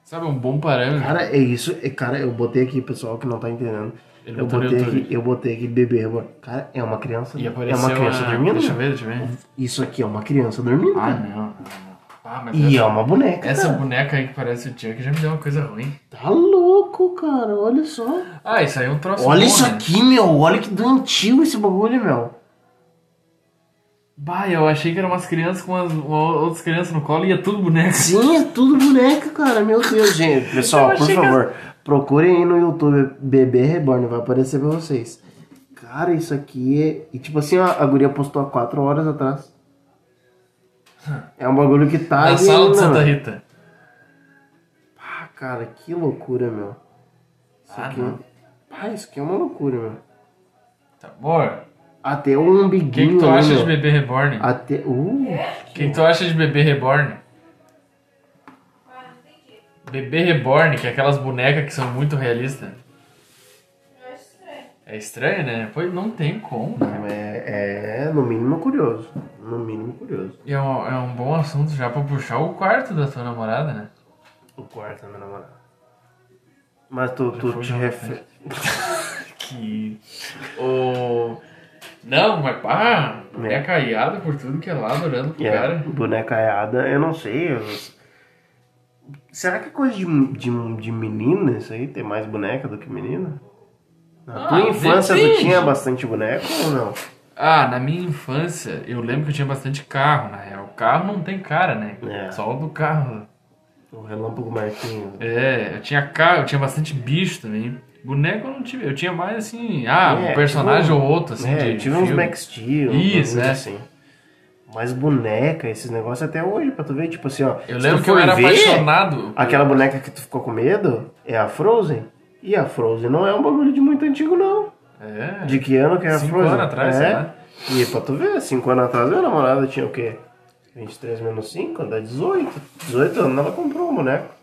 S2: Sabe, um bom parâmetro.
S1: Cara, é isso. é- Cara, eu botei aqui, pessoal que não tá entendendo.
S2: Ele
S1: eu,
S2: botou no
S1: botei aqui,
S2: YouTube.
S1: eu botei aqui bebê reborn. Cara, é uma criança.
S2: e
S1: é
S2: apareceu
S1: uma criança
S2: a-
S1: dormindo.
S2: Deixa eu ver, deixa eu ver.
S1: Isso aqui é uma criança dormindo.
S2: Ah,
S1: cara.
S2: não. não, não. Ah, mas
S1: E é
S2: essa,
S1: uma boneca.
S2: essa
S1: cara.
S2: boneca aí que parece o Chuck já me deu uma coisa ruim.
S1: Tá louco, cara. Olha só.
S2: Ah, isso aí é um troço
S1: Olha
S2: bom,
S1: isso
S2: né?
S1: aqui, meu. Olha que doentio esse bagulho, meu.
S2: Bah, eu achei que eram umas crianças com umas, uma- outras crianças no colo e é tudo boneco.
S1: Sim, é tudo boneca, cara. Meu Deus, gente. Pessoal,
S2: Eu
S1: por
S2: achei que
S1: favor, procurem aí no YouTube Bebê Reborn, vai aparecer pra vocês. Cara, isso aqui é. E tipo assim, a, a guria postou há 4 horas atrás. É um bagulho que tá.
S2: Na
S1: ali
S2: sala
S1: ainda,
S2: de Santa
S1: mano.
S2: Rita.
S1: Ah, cara, que loucura, meu. Isso
S2: Ah,
S1: aqui.
S2: não.
S1: Ah, isso aqui é uma loucura, meu.
S2: Tá bom.
S1: Até o umbiguinho.
S2: O que, que tu
S1: ali,
S2: acha
S1: meu.
S2: de bebê reborn?
S1: Até. Uh,
S2: O que, que tu acha de bebê reborn? Bebê reborn, que é aquelas bonecas que são muito realistas. É estranho, né? Pois não tem como. né?
S1: é, é, no mínimo curioso. No mínimo curioso.
S2: E é um, é um bom assunto já pra puxar o quarto da tua namorada, né?
S1: O quarto da minha namorada. Mas tu,
S2: Já
S1: tu
S2: foi
S1: te
S2: já,
S1: refere.
S2: Que. O. Não, mas pá, boneca caiada por tudo que é lado, olhando pro
S1: É,
S2: cara.
S1: bonecaiada, eu não sei. eu- Será que é coisa de, de, de menina isso aí? Ter mais boneca do que menina? Na
S2: Ah,
S1: tua infância tu
S2: depende.
S1: tinha bastante boneco ou não?
S2: Ah, na minha infância, eu lembro que eu tinha bastante carro, na real. Carro não tem cara, né?
S1: É.
S2: Só o do carro.
S1: O Relâmpago Marquinhos.
S2: É, eu tinha carro, eu tinha bastante bicho também. Boneco eu não tive, eu tinha mais assim, ah,
S1: É,
S2: um personagem
S1: tive um-
S2: ou outro, assim,
S1: é,
S2: de
S1: eu tive uns
S2: filme.
S1: Max Steel,
S2: Isso,
S1: uns
S2: é.
S1: assim. Mas boneca, esses negócios até hoje, pra tu ver, tipo assim, ó.
S2: Eu
S1: se
S2: lembro
S1: tu
S2: que eu
S1: for
S2: era
S1: ver,
S2: apaixonado.
S1: Aquela boneca que tu ficou com medo é a Frozen. E a Frozen não é um bagulho de muito antigo, não.
S2: É.
S1: De que ano que é a
S2: Cinco
S1: Frozen?
S2: anos atrás, sei
S1: é.
S2: lá.
S1: E pra tu ver, 5 anos atrás minha namorada tinha o quê? 23 menos 5, dá 18. 18 anos ela comprou um boneco.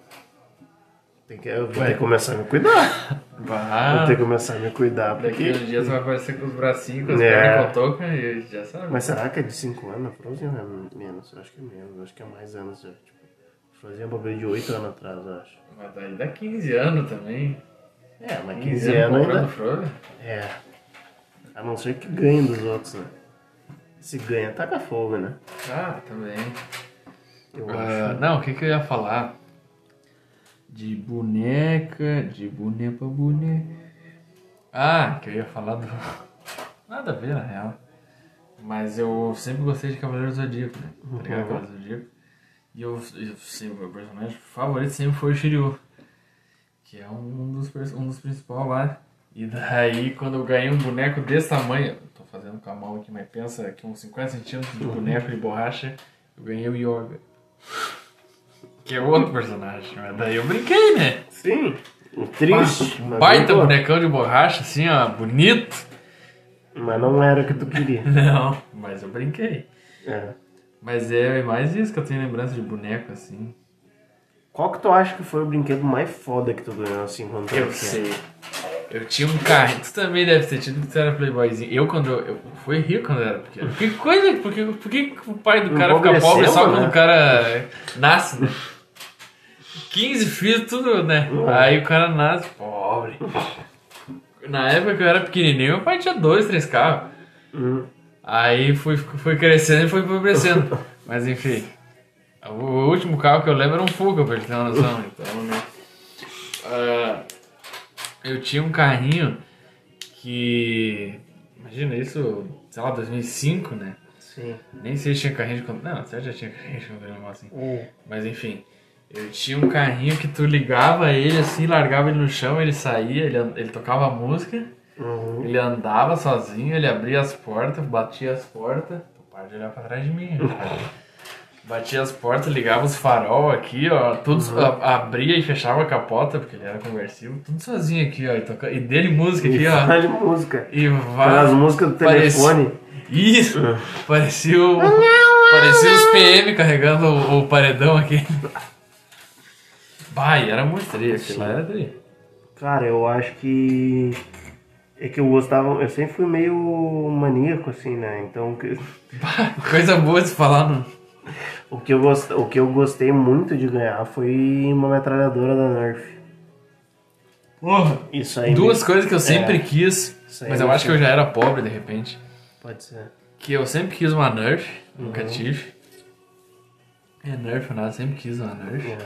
S1: Tem que, eu vou ter que começar a me cuidar. Vou
S2: Bah,
S1: ter que começar a me cuidar.
S2: Ah. daqui
S1: Porque...
S2: uns dias vai aparecer com os bracinhos, com as
S1: É.
S2: pernas com touca e já sabe.
S1: Mas será que é de 5 anos? A Frozen é menos, eu acho que é menos, eu acho que é mais anos. Eu, tipo, Frozen é um bagulho de 8 anos atrás, eu acho.
S2: Mas daí dá 15 anos também.
S1: É, mas
S2: 15,
S1: 15
S2: anos
S1: anos
S2: comprando
S1: ainda.
S2: Frozen.
S1: É. A não ser que ganhe dos outros, né? Se ganha, taca fogo, né?
S2: Ah, também.
S1: Eu
S2: Ah,
S1: acho.
S2: não, o que, que eu ia falar? De boneca, de boneca pra boneca. Ah, que eu ia falar do. Nada a ver, na real. Mas eu sempre gostei de Cavaleiro do Zodíaco, né? Tá ligado? Cavaleiro do Zodíaco. E eu, eu sei, meu personagem favorito sempre foi o Shiryu. Que é um dos, pers- um dos principais lá. E daí, quando eu ganhei um boneco desse tamanho, tô fazendo com a mão aqui, mas pensa que uns 50 centímetros de boneco de borracha, eu ganhei o Yoga. Que é outro personagem, mas daí eu brinquei, né?
S1: Sim. O É Triste.
S2: Um
S1: mas
S2: baita
S1: brincou.
S2: bonecão de borracha, assim, ó, bonito.
S1: Mas não era o que tu queria.
S2: Não, mas eu brinquei.
S1: É.
S2: Mas é mais isso que eu tenho lembrança de boneco, assim.
S1: Qual que tu acha que foi o brinquedo mais foda que tu ganhou assim quando tu era
S2: Eu
S1: pequeno?
S2: sei. Eu tinha um carrinho. Tu também deve ter tido que tu era playboyzinho. Eu quando eu, eu fui rico quando eu era pequeno. Que coisa, por que- por que que o pai do cara fica pobre
S1: Empobrecendo,
S2: só
S1: né?
S2: quando o cara nasce, né? 15 filhos, tudo, né? Aí o cara nasce pobre. Na época que eu era pequenininho, meu pai tinha dois, três carros.
S1: Hum.
S2: Aí fui, fui crescendo e fui empobrecendo. Mas enfim. O último carro que eu lembro era um Fuga, pra gente ter uma noção. Então, né? Ah, eu tinha um carrinho que. Imagina isso, sei lá, 2005, né?
S1: Sim.
S2: Nem sei se tinha carrinho de controle. Não, você já tinha carrinho de controle remoto assim.
S1: É.
S2: Mas enfim, eu tinha um carrinho que tu ligava ele assim, largava ele no chão, ele saía, ele, an- ele tocava música.
S1: Uhum.
S2: Ele andava sozinho, ele abria as portas, batia as portas. Tu para de olhar pra trás de mim. né, Batia as portas, ligava os farol aqui, ó. Tudo a- abria e fechava a capota, porque ele era conversível. Tudo sozinho aqui, ó. E, toca- e dele música aqui, ó.
S1: Fale música.
S2: E vai.
S1: Aquelas músicas do
S2: Parece-
S1: telefone.
S2: Isso! Parecia o. Parecia os PM carregando o, o paredão aqui. Bah, e era muito tri, aquilo lá era tri.
S1: Cara, eu acho que. É que eu gostava. Eu sempre fui meio maníaco, assim, né? Então. que-
S2: Bah, coisa boa de se falar no.
S1: O que, eu gost... o que eu gostei muito de ganhar foi uma metralhadora da Nerf.
S2: Porra!
S1: Isso aí.
S2: Duas coisas que eu sempre
S1: É.
S2: quis,
S1: Isso aí
S2: mas eu
S1: mesmo.
S2: acho que eu já era pobre de repente.
S1: mesmo. Pode ser.
S2: Que eu sempre quis uma Nerf, nunca
S1: Uhum.
S2: tive. É Nerf ou nada, sempre quis uma Nerf.
S1: Uhum.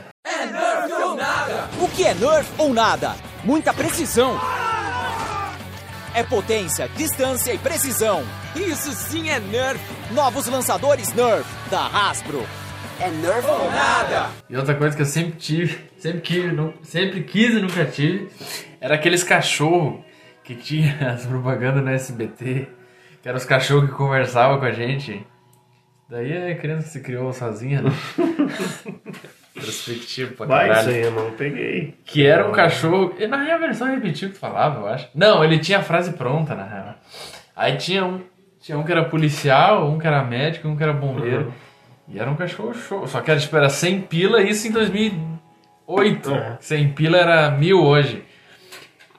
S4: O que é Nerf ou nada? Muita precisão. É potência, distância e precisão. Isso sim é Nerf. Novos lançadores Nerf da Hasbro. É Nerf ou nada?
S2: E outra coisa que eu sempre tive, sempre quis, nu- sempre quis e nunca tive, era aqueles cachorros que tinha as propagandas no SBT, que eram os cachorros que conversavam com a gente. Daí a criança se criou sozinha, né? Perspectiva pra
S1: Vai, isso
S2: caralho.
S1: aí eu não peguei.
S2: Que era um cachorro. E na real a versão repetiu que falava, eu acho. Não, ele tinha a frase pronta, na real. Aí tinha um. Tinha um que era policial, um que era médico, um que era bombeiro.
S1: Uhum.
S2: E era um cachorro show. Só que era, tipo, era 100 pila, isso em 2008.
S1: É.
S2: 100 pila era mil hoje.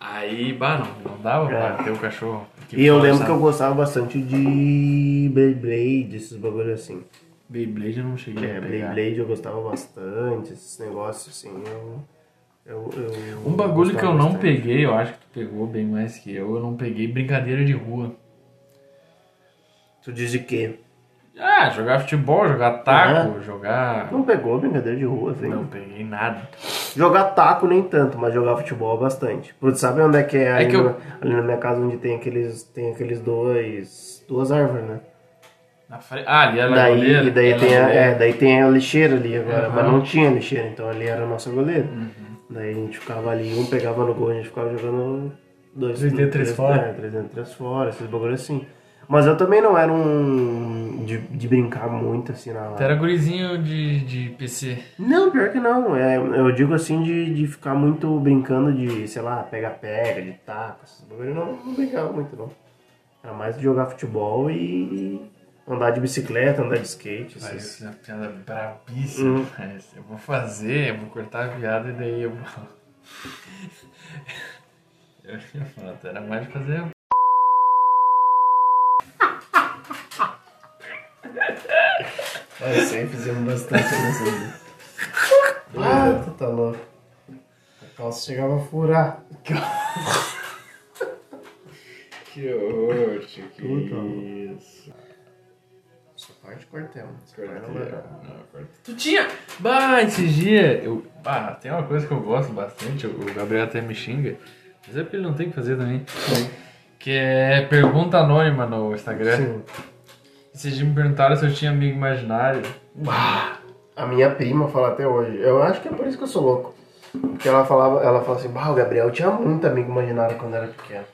S2: Aí, bah, não, não dava
S1: É.
S2: pra ter o cachorro. que
S1: E eu
S2: força.
S1: lembro que eu gostava bastante de Beyblade, esses bagulhos assim.
S2: Beyblade eu não cheguei
S1: É,
S2: a pegar.
S1: Beyblade eu gostava bastante, esses negócios assim. Eu, eu, eu
S2: Um bagulho que eu não
S1: gostava bastante.
S2: peguei, eu acho que tu pegou bem mais que eu, eu não peguei brincadeira de rua.
S1: Tu diz de quê?
S2: Ah, jogar futebol, jogar taco, jogar.
S1: Não pegou brincadeira de rua, assim?
S2: Não peguei nada.
S1: Jogar taco nem tanto, mas jogar futebol bastante. Porque sabe onde é que é, ali,
S2: que eu-
S1: na, ali na minha casa onde tem aqueles, tem aqueles dois. duas árvores, né?
S2: Na fre... Ah, ali era
S1: daí,
S2: goleira.
S1: e daí,
S2: era
S1: tem a,
S2: goleira.
S1: é, daí tem a lixeira ali agora,
S2: Aham. Uhum.
S1: mas não tinha lixeira, então ali era a nossa goleira. Daí a gente ficava ali, um pegava no gol, a gente ficava jogando dois.
S2: Três dentro, três fora.
S1: é, Três dentro, três fora, esses bagulho assim. Mas eu também não era um. de, de brincar muito assim na.
S2: Tu Então era gurizinho de, de PC.
S1: Não, pior que não. É, eu digo assim de, de ficar muito brincando de, sei lá, pega-pega, de taco, esses bagulho. Não, não brincava muito, não. Era mais de jogar futebol e andar de bicicleta, andar de skate. Esses...
S2: Parece é uma piada brabíssima.
S1: Hum.
S2: mas Eu vou fazer, eu vou cortar a piada e daí eu vou. Eu ia falar, tu era mais de fazer.
S3: Ah, eu sempre fizemos bastante nessa vida. Ah, tu tá louco. A calça chegava a furar.
S2: Que horror, tio, que
S1: Puta,
S2: isso.
S3: Só parte quartel.
S2: Não, corta. Tu tinha. Bah, esse dia. Eu... Bah, tem uma coisa que eu gosto bastante, o o Gabriel até me xinga. Mas é porque ele não tem o que fazer também. Que é pergunta anônima no Instagram.
S3: Sim.
S2: Esses dias me perguntaram se eu tinha amigo imaginário.
S3: Ah, A minha prima fala até hoje. Eu acho que é por isso que eu sou louco. Porque ela falava, ela falava assim, bah, o Gabriel tinha muito amigo imaginário quando era pequeno.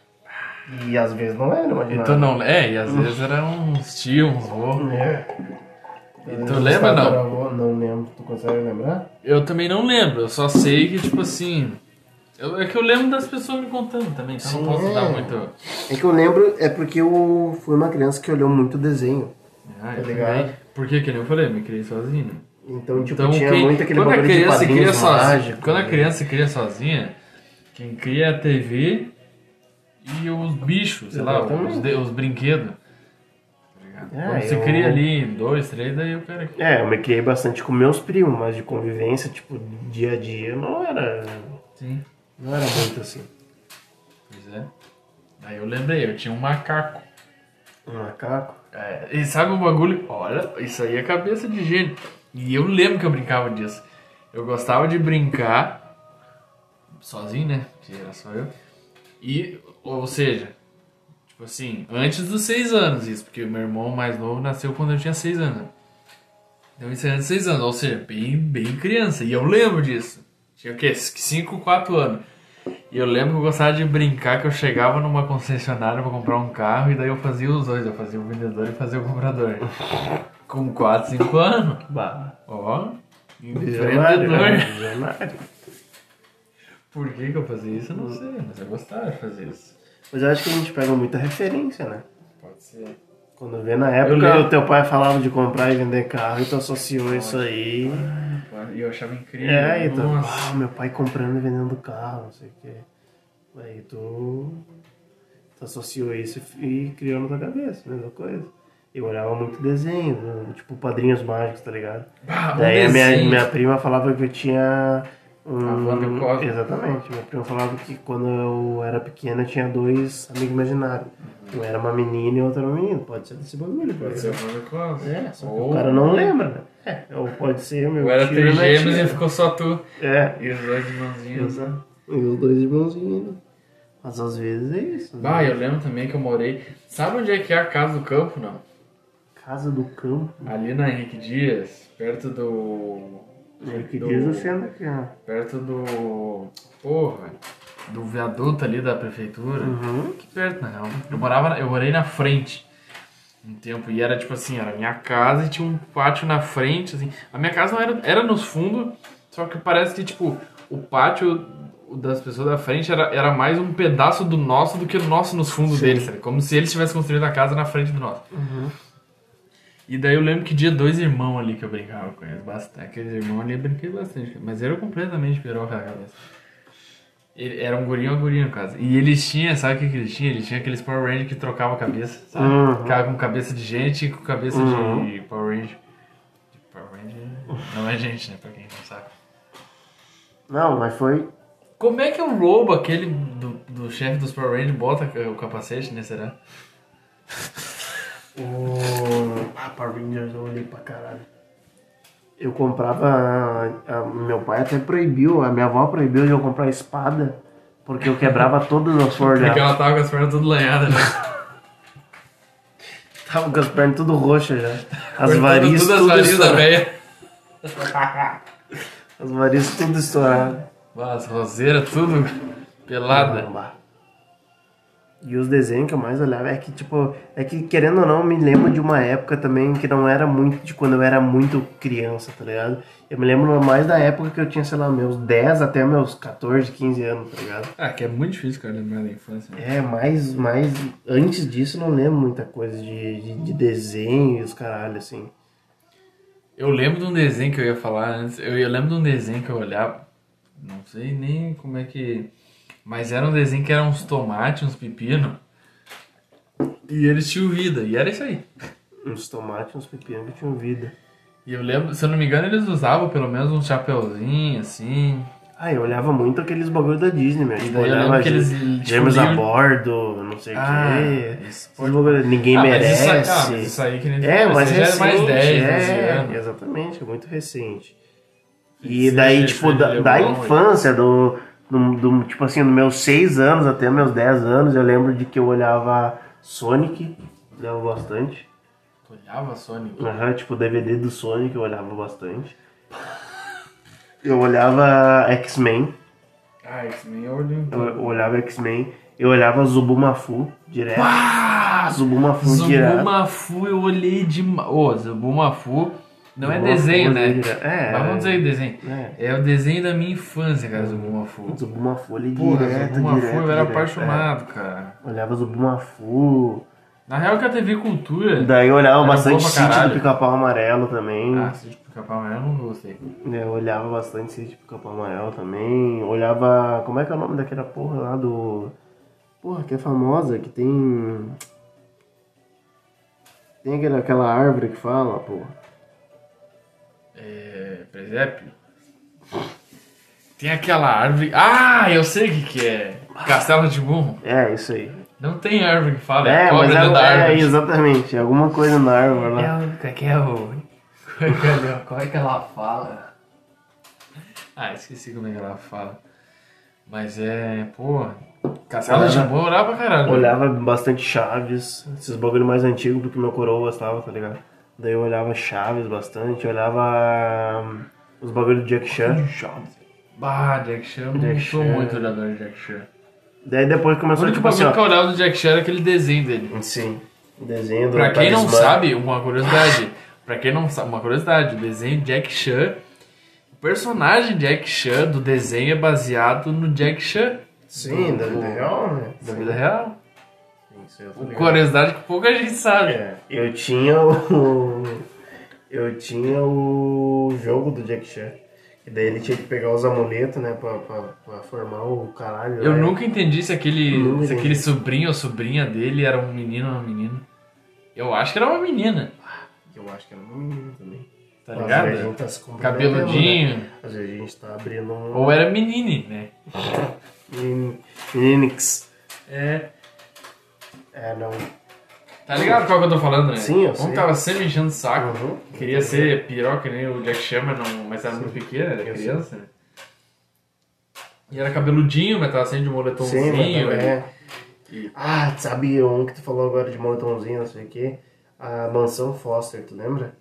S3: E às vezes não era imaginário.
S2: Então não. É, e às vezes era uns tios, uns vô.
S3: É.
S2: E tu lembra não?
S3: Tataravô, Não lembro. Tu consegue lembrar?
S2: Eu também não lembro, eu só sei que, tipo assim. eu- é que eu lembro das pessoas me contando também, então eu não posso
S3: Sim.
S2: dar muito.
S1: É que eu lembro, é porque eu fui uma criança que olhou muito desenho.
S2: Ah, eu
S3: Tá ligado?
S2: também. Porque, que nem eu falei, eu me criei sozinho. né?
S1: Então, tipo,
S2: Então,
S1: tinha
S2: quem-
S1: muito aquele
S2: quando a
S1: bagulho de
S2: criança se cria
S1: quadrinhos
S2: sozinha,
S1: mágicos. né?
S2: quando a criança se cria sozinha, quem cria é a TV e os bichos, sei lá, os, de- os brinquedos. Tá ligado?
S1: É,
S2: Quando se
S1: eu-
S2: cria ali dois, três, daí o cara.
S1: É, eu me criei bastante com meus primos, mas de convivência, tipo, dia a dia, não era,
S2: Sim.
S1: não era muito assim.
S2: Pois é. Aí eu lembrei, eu tinha um macaco.
S1: Um macaco.
S2: É, e sabe um bagulho? Olha, isso aí é cabeça de gênio. E eu lembro que eu brincava disso. Eu gostava de brincar sozinho, né? Que era só eu. E, ou seja, tipo assim, antes dos seis anos, isso, porque o meu irmão mais novo nasceu quando eu tinha seis anos. Então isso é antes de seis anos, ou seja, bem, bem criança. E eu lembro disso. Tinha o quê? Cinco, quatro anos. E eu lembro que eu gostava de brincar que eu chegava numa um concessionária pra comprar um carro e daí eu fazia os dois, eu fazia o vendedor e fazia o comprador. Com 4, 5 anos.
S1: Bah.
S2: Ó,
S1: Visionário, né?
S2: empreendedor.
S1: Visionário.
S2: Por que, que eu fazia isso? Eu não sei, mas eu gostava de fazer isso.
S1: Mas eu acho que a gente pega muita referência, né?
S2: Pode ser.
S1: Quando vê na época
S2: lembro.
S1: o teu pai falava de comprar e vender carro e tu associou isso aí.
S2: E eu achava incrível.
S1: É, e tu,
S2: Nossa.
S1: ah, meu pai comprando e vendendo carro, não sei o quê. Aí tu, tu associou isso e criou na tua cabeça, mesma coisa. Eu olhava muito desenho, né? tipo Padrinhos Mágicos, tá ligado?
S2: Bah, um
S1: Daí a minha,
S2: desenho.
S1: minha prima falava que eu tinha. Um...
S2: A Wanda Cosmo.
S1: Exatamente. Minha prima falava que quando eu era pequena eu tinha dois amigos imaginários. Um era uma menina e outro era um menino. Pode ser desse bagulho.
S2: Pode
S1: né?
S2: ser o Wanda Cosmo.
S1: É, só que
S2: Ou-
S1: o cara não né, lembra, né? É, ou pode ser meu
S2: Eu era
S1: tio e minha
S2: trigêmeos
S1: tia.
S2: e ficou só tu.
S1: É.
S2: E os dois irmãozinhos.
S1: E os dois irmãozinhos. né? Mas às vezes é isso. né?
S2: Bah, eu lembro também que eu morei. Sabe onde é que é a casa do campo, não?
S1: Casa do campo.
S2: Ali na Henrique Dias, perto do.
S1: É que
S2: do-
S1: diz o centro aqui, ó.
S2: Perto do. Porra! Do viaduto ali da prefeitura.
S1: Uhum.
S2: Aqui perto, na real. Eu morava. na- Eu morei na frente um tempo. E era tipo assim, era a minha casa e tinha um pátio na frente, assim. A minha casa não era, era nos fundos, só que parece que, tipo, o pátio das pessoas da frente era, era mais um pedaço do nosso do que o nosso nos fundos deles, sabe? Como se eles tivessem construído a casa na frente do nosso. E daí eu lembro que tinha dois irmãos ali que eu brincava com eles. Bastante. Aqueles irmãos ali eu brinquei bastante. Mas era completamente piroca na cabeça. Ele, era um gurinho a gurinho, no caso. E eles tinham, sabe o que, que eles tinham? Eles tinham aqueles Power Ranger que trocava a cabeça, sabe?
S1: Uhum.
S2: Ficava com cabeça de gente e com cabeça
S1: Uhum.
S2: de Power Ranger. De Power Ranger não é gente, né? Pra quem não sabe.
S1: Não, mas foi.
S2: Como é que o lobo, aquele do, do chefe dos Power Rangers, bota o capacete, né? Será?
S1: O. Ah, Power Rangers eu olhei pra caralho. Eu comprava. a- a- meu pai até proibiu, a minha avó proibiu de eu comprar espada, porque eu quebrava todas as flores
S2: Porque
S1: dela.
S2: ela tava com as pernas tudo lanhadas, né?
S1: Tava com as pernas tudo roxas já. As
S2: Cortando
S1: varizes
S2: todas
S1: tudo
S2: as varizes da
S1: estouradas.
S2: véia.
S1: As varizes tudo estouradas.
S2: Nossa, roseira, tudo pelada.
S1: Caramba. E os desenhos que eu mais olhava é que, tipo, é que querendo ou não, eu me lembro de uma época também que não era muito de quando eu era muito criança, tá ligado? Eu me lembro mais da época que eu tinha, sei lá, meus 10 até meus 14, 15 anos, tá ligado?
S2: Ah, que é muito difícil, cara, lembrar da infância. né?
S1: É, mais, mais antes disso eu não lembro muita coisa de, de, de desenho e os caralho, assim.
S2: Eu lembro de um desenho que eu ia falar antes. Eu eu lembro de um desenho que eu olhava. Não sei nem como é que. Mas era um desenho que era uns tomates, uns pepino. E eles tinham vida. E era isso aí.
S1: Uns tomates, uns pepinos que tinham vida.
S2: E eu lembro, se eu não me engano, eles usavam pelo menos um chapeuzinho, assim.
S1: Ah, eu olhava muito aqueles bagulho da Disney, meu. Tipo,
S2: daí eu
S1: olhava
S2: lembro que eles,
S1: Gê-
S2: tipo,
S1: Gêmeos a
S2: livro-
S1: bordo, não sei o
S2: Ah,
S1: quê.
S2: isso
S1: Esses bagulho- Ninguém merece.
S2: Ah, Mas isso, aí- ah, mas isso aí que nem tu
S1: É,
S2: falou,
S1: mas
S2: isso aí já
S1: recente.
S2: era mais 10, 11
S1: é,
S2: anos.
S1: exatamente, é muito recente.
S2: Sim,
S1: E daí,
S2: sim,
S1: tipo,
S2: sim,
S1: da,
S2: ele é
S1: da
S2: bom,
S1: infância, do, do, do- tipo assim, dos meus 6 anos até meus 10 anos, eu lembro de que eu olhava Sonic, olhava bastante.
S2: Tu olhava Sonic.
S1: Aham, tipo, DVD do Sonic eu olhava bastante. Eu olhava X-Men,
S2: Ah, isso nem olho.
S1: eu eu olhava X-Men, eu olhava Zubumafu direto. Ah, Zubumafu direto.
S2: Zubumafu, eu olhei demais. Ô, Zubumafu não é
S1: Zubumafu,
S2: desenho, né?
S1: direto. É,
S2: Mas vamos dizer que desenho.
S1: é.
S2: É o desenho da minha infância, cara, Zubumafu.
S1: Zubumafu ali
S2: Porra,
S1: direto,
S2: Zubumafu,
S1: direto,
S2: eu era
S1: direto, é.
S2: apaixonado, cara.
S1: Olhava Zubumafu.
S2: Na real que a TV Cultura...
S1: Daí eu olhava
S2: Era
S1: bastante
S2: boa pra
S1: Sítio
S2: caralho.
S1: do Pica-Pau Amarelo também. É,
S2: Ah, se de pica-pau amarelo, eu não gostei.
S1: Eu olhava bastante Sítio do Pica-Pau Amarelo também. Olhava... Como é que é o nome daquela porra lá do... Porra, que é famosa, que tem... Tem aquela, aquela árvore que fala, porra.
S2: É... Presépio? Tem aquela árvore... Ah, eu sei o que que é. Castelo de burro.
S1: É, isso aí.
S2: Não tem árvore que fala, é,
S1: É,
S2: cobra
S1: mas
S2: dentro da
S1: é, é,
S2: árvore.
S1: exatamente. Alguma coisa na árvore lá.
S2: o que é o...
S3: Como é que ela fala?
S2: Ah, esqueci como é que ela fala. Mas é, pô. Castelo de boa olhava pra caralho.
S1: olhava bastante Chaves, esses bagulho mais antigo, porque meu coroa gostava, tá ligado? Daí eu olhava Chaves bastante, olhava hum, os bagulhos do Jack Chan.
S2: Bah, Jack Chan, eu não
S1: Jack
S2: sou
S1: Chan.
S2: muito olhador de Jack Chan.
S1: Daí depois
S2: O
S1: começou
S2: único
S1: tipo assim,
S2: bagulho que eu
S1: ó.
S2: olhava do Jack Chan era aquele desenho dele.
S1: Sim, o desenho do
S2: Pra quem não
S1: talismã.
S2: sabe, uma curiosidade. Pra quem não sabe, uma curiosidade, o desenho Jack Chan, o personagem Jack Chan do desenho é baseado no Jack Chan
S1: Sim, da vida real, né?
S2: da vida real.
S1: Isso, eu tô
S2: Uma
S1: ligado.
S2: Curiosidade que pouca gente sabe.
S1: É, eu tinha o. Eu tinha o jogo do Jack Chan. E daí ele tinha que pegar os amuletos, né? Pra, pra, pra formar o caralho.
S2: Eu
S1: né?
S2: nunca entendi se aquele,
S1: Nunca
S2: se aquele sobrinho ou sobrinha dele era um menino ou uma menina. Eu acho que era uma menina,
S1: Eu acho que era uma menina também.
S2: tá
S1: Mas
S2: ligado?
S1: a gente tá se comprometendo,
S2: Cabeludinho.
S1: né? Às vezes a gente tá abrindo um.
S2: Ou era menine, né?
S1: Menin- Meninix.
S2: É.
S1: É, não.
S2: Tá ligado qual que eu tô falando, né?
S1: Sim, eu
S2: Um
S1: sei.
S2: tava sempre enchendo o saco.
S1: Uhum.
S2: Queria ser piroca que nem o Jack Chan, mas, não, mas era muito pequena, era
S1: Eu
S2: criança, né? E era cabeludinho, mas tava sempre de um
S1: Sim,
S2: moletomzinho.
S1: mas
S2: e-
S1: também. é.
S2: e-
S1: Ah, sabe um que tu falou agora de moletomzinho, não sei o quê? A mansão Foster, tu lembra?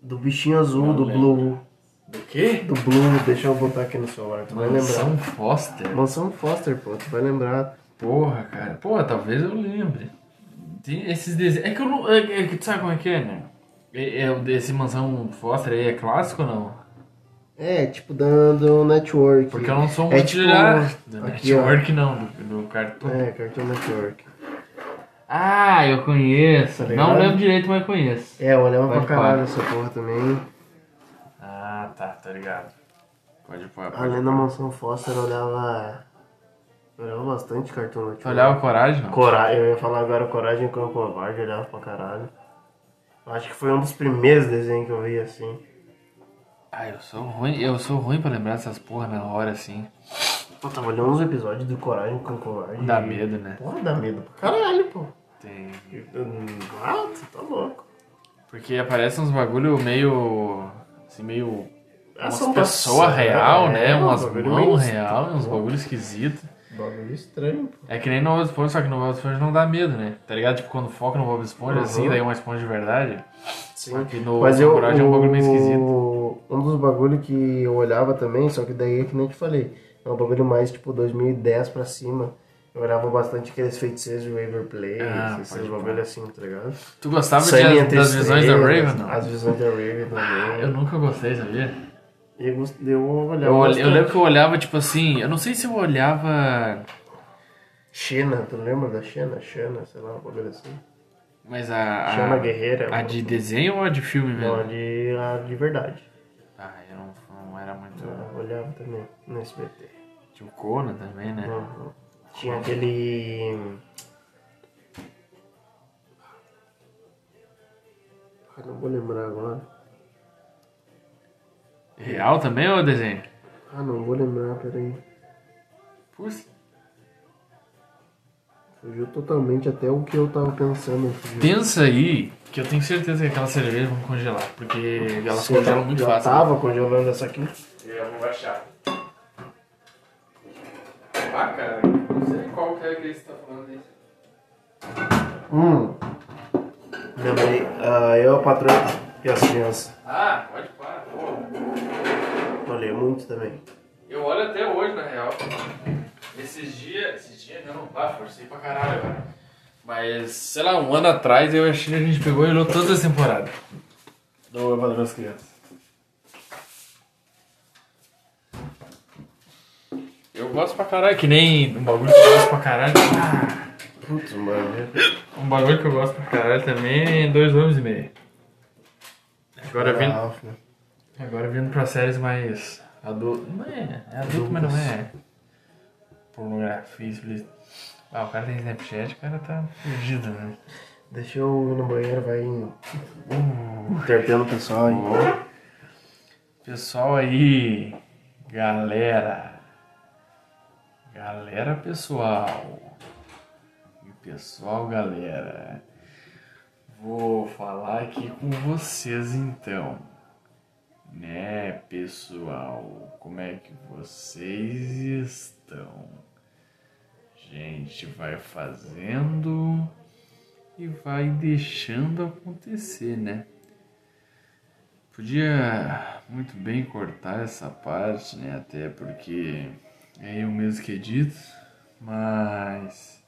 S1: Do bichinho azul,
S2: Não
S1: do
S2: lembro.
S1: Blue.
S2: Do quê?
S1: Do Blue, deixa eu botar aqui no celular, tu vai lembrar.
S2: Mansão Foster.
S1: Mansão Foster, pô, tu vai lembrar.
S2: Porra, cara. Porra, talvez eu lembre. Tem esses desenhos. É que eu não. É, é, que tu sabe como é que é, né? É, é, o desse mansão Foster aí é clássico ou não?
S1: É, tipo, dando network.
S2: Porque eu não sou
S1: É
S2: muito
S1: tipo,
S2: de olhar- do
S1: aqui, ó.
S2: network, não, do, do cartoon.
S1: É, Cartoon Network.
S2: Ah, eu conheço.
S1: Tá ligado?
S2: não lembro direito, mas conheço.
S1: É, eu olhava
S2: Pode
S1: pra caralho
S2: pá.
S1: essa porra também.
S2: Ah, tá, tá ligado. Pode pôr. pode
S1: Além
S2: pôr.
S1: da mansão Foster, eu olhava. Eu olhava bastante Cartoon Network.
S2: Tu olhava coragem? não?
S1: Coragem, eu ia falar agora Coragem com o Covarde, eu olhava pra caralho. Eu acho que foi um dos primeiros desenhos que eu vi assim.
S2: Ah, eu sou ruim. Eu sou ruim pra lembrar essas porra na hora assim.
S1: Pô, tava olhando uns episódios do Coragem com o Covarde.
S2: Dá
S1: e-
S2: medo, né?
S1: Porra, dá medo pra caralho, pô.
S2: Tem.
S1: E- hum, Ah, tu tá louco.
S2: Porque aparecem uns bagulho meio. assim, meio
S1: Ah,
S2: umas
S1: são
S2: pessoas
S1: pessoas,
S2: real, né?
S1: é,
S2: Umas
S1: um bagulho meio
S2: mãos
S1: esquisito,
S2: real, uns
S1: né?
S2: bagulho esquisito.
S1: Bagulho estranho, pô.
S2: É que nem no Bob Esponja, só que no Bob Esponja não dá medo, né? Tá ligado? Tipo, quando foca no Bob Esponja,
S1: Uhum.
S2: assim, daí é uma esponja de verdade.
S1: Sim.
S2: Que no
S1: Mas eu.
S2: Coragem é um bagulho meio esquisito.
S1: o- Um dos bagulhos que eu olhava também, só que daí é que nem eu te falei. É um bagulho mais tipo 2010 pra cima. Eu olhava bastante aqueles feiticeiros de Waver Play,
S2: Ah,
S1: esses
S2: pode
S1: bagulho assim, tá ligado?
S2: Tu gostava de,
S1: Sangue
S2: as-
S1: entre
S2: das visões da
S1: estrelas, né?
S2: Raven? Não?
S1: As visões da Raven
S2: Ah,
S1: também.
S2: Eu nunca gostei, sabia?
S1: E eu gost- eu olhava.
S2: Eu, olhe- eu
S1: bastante.
S2: lembro que eu olhava, tipo assim, eu não sei se eu olhava.
S1: Xena, tu lembra da Xena? Xena, sei lá, um bagulho
S2: Hum.
S1: assim.
S2: Mas a. a
S1: Chama Guerreira.
S2: A de desenho ou a de filme mesmo?
S1: Não, a de, a de verdade.
S2: Ah, eu não, não era muito.
S1: Eu olhava também no SBT.
S2: Tinha o Conan também, né?
S1: Uhum. Tinha aquele. Eu Ah, não vou lembrar agora.
S2: Real também ou desenho?
S1: Ah, não vou lembrar, peraí.
S2: Putz.
S1: Fugiu totalmente até o que eu tava pensando. fugiu.
S2: Pensa aí que eu tenho certeza que aquelas cervejas vão congelar, porque elas
S1: Sim, tá-
S2: congelam muito
S1: já
S2: fácil. né?
S1: tava congelando essa aqui.
S2: Eu vou baixar. Ah, cara, não sei qual que é que você tá falando aí.
S1: Hum. Lembrei. Ah, eu, a patroa e as crianças.
S2: Ah, pode parar, pô.
S1: Olhei muito também.
S2: Eu olho até hoje, na real. Esses dias. Esses dias não, pá, forcei pra caralho, cara. Mas, sei lá, um ano atrás eu e a China a gente pegou e olhou todas as temporadas. Do Evandro das Crianças. Eu gosto pra caralho, que nem um bagulho que eu gosto pra caralho. Ah,
S1: Putz, mano.
S2: Um bagulho que eu gosto pra caralho também é dois homens e meio. Agora vindo.
S1: Ralph, né?
S2: Agora vindo pra séries mais adulto. Não é, é adulto, mas não é pornografia, explícito. Ah, o cara tem Snapchat, o cara tá fugido, né?
S1: Deixa eu ir no banheiro, vai indo. Hum. Interpelo o pessoal aí.
S2: Pessoal aí, galera. Galera, pessoal. E pessoal, galera. Vou falar aqui com vocês então. Né, pessoal? Como é que vocês estão? Gente, vai fazendo e vai deixando acontecer, né? Podia muito bem cortar essa parte, né? Até porque é eu mesmo que edito, mas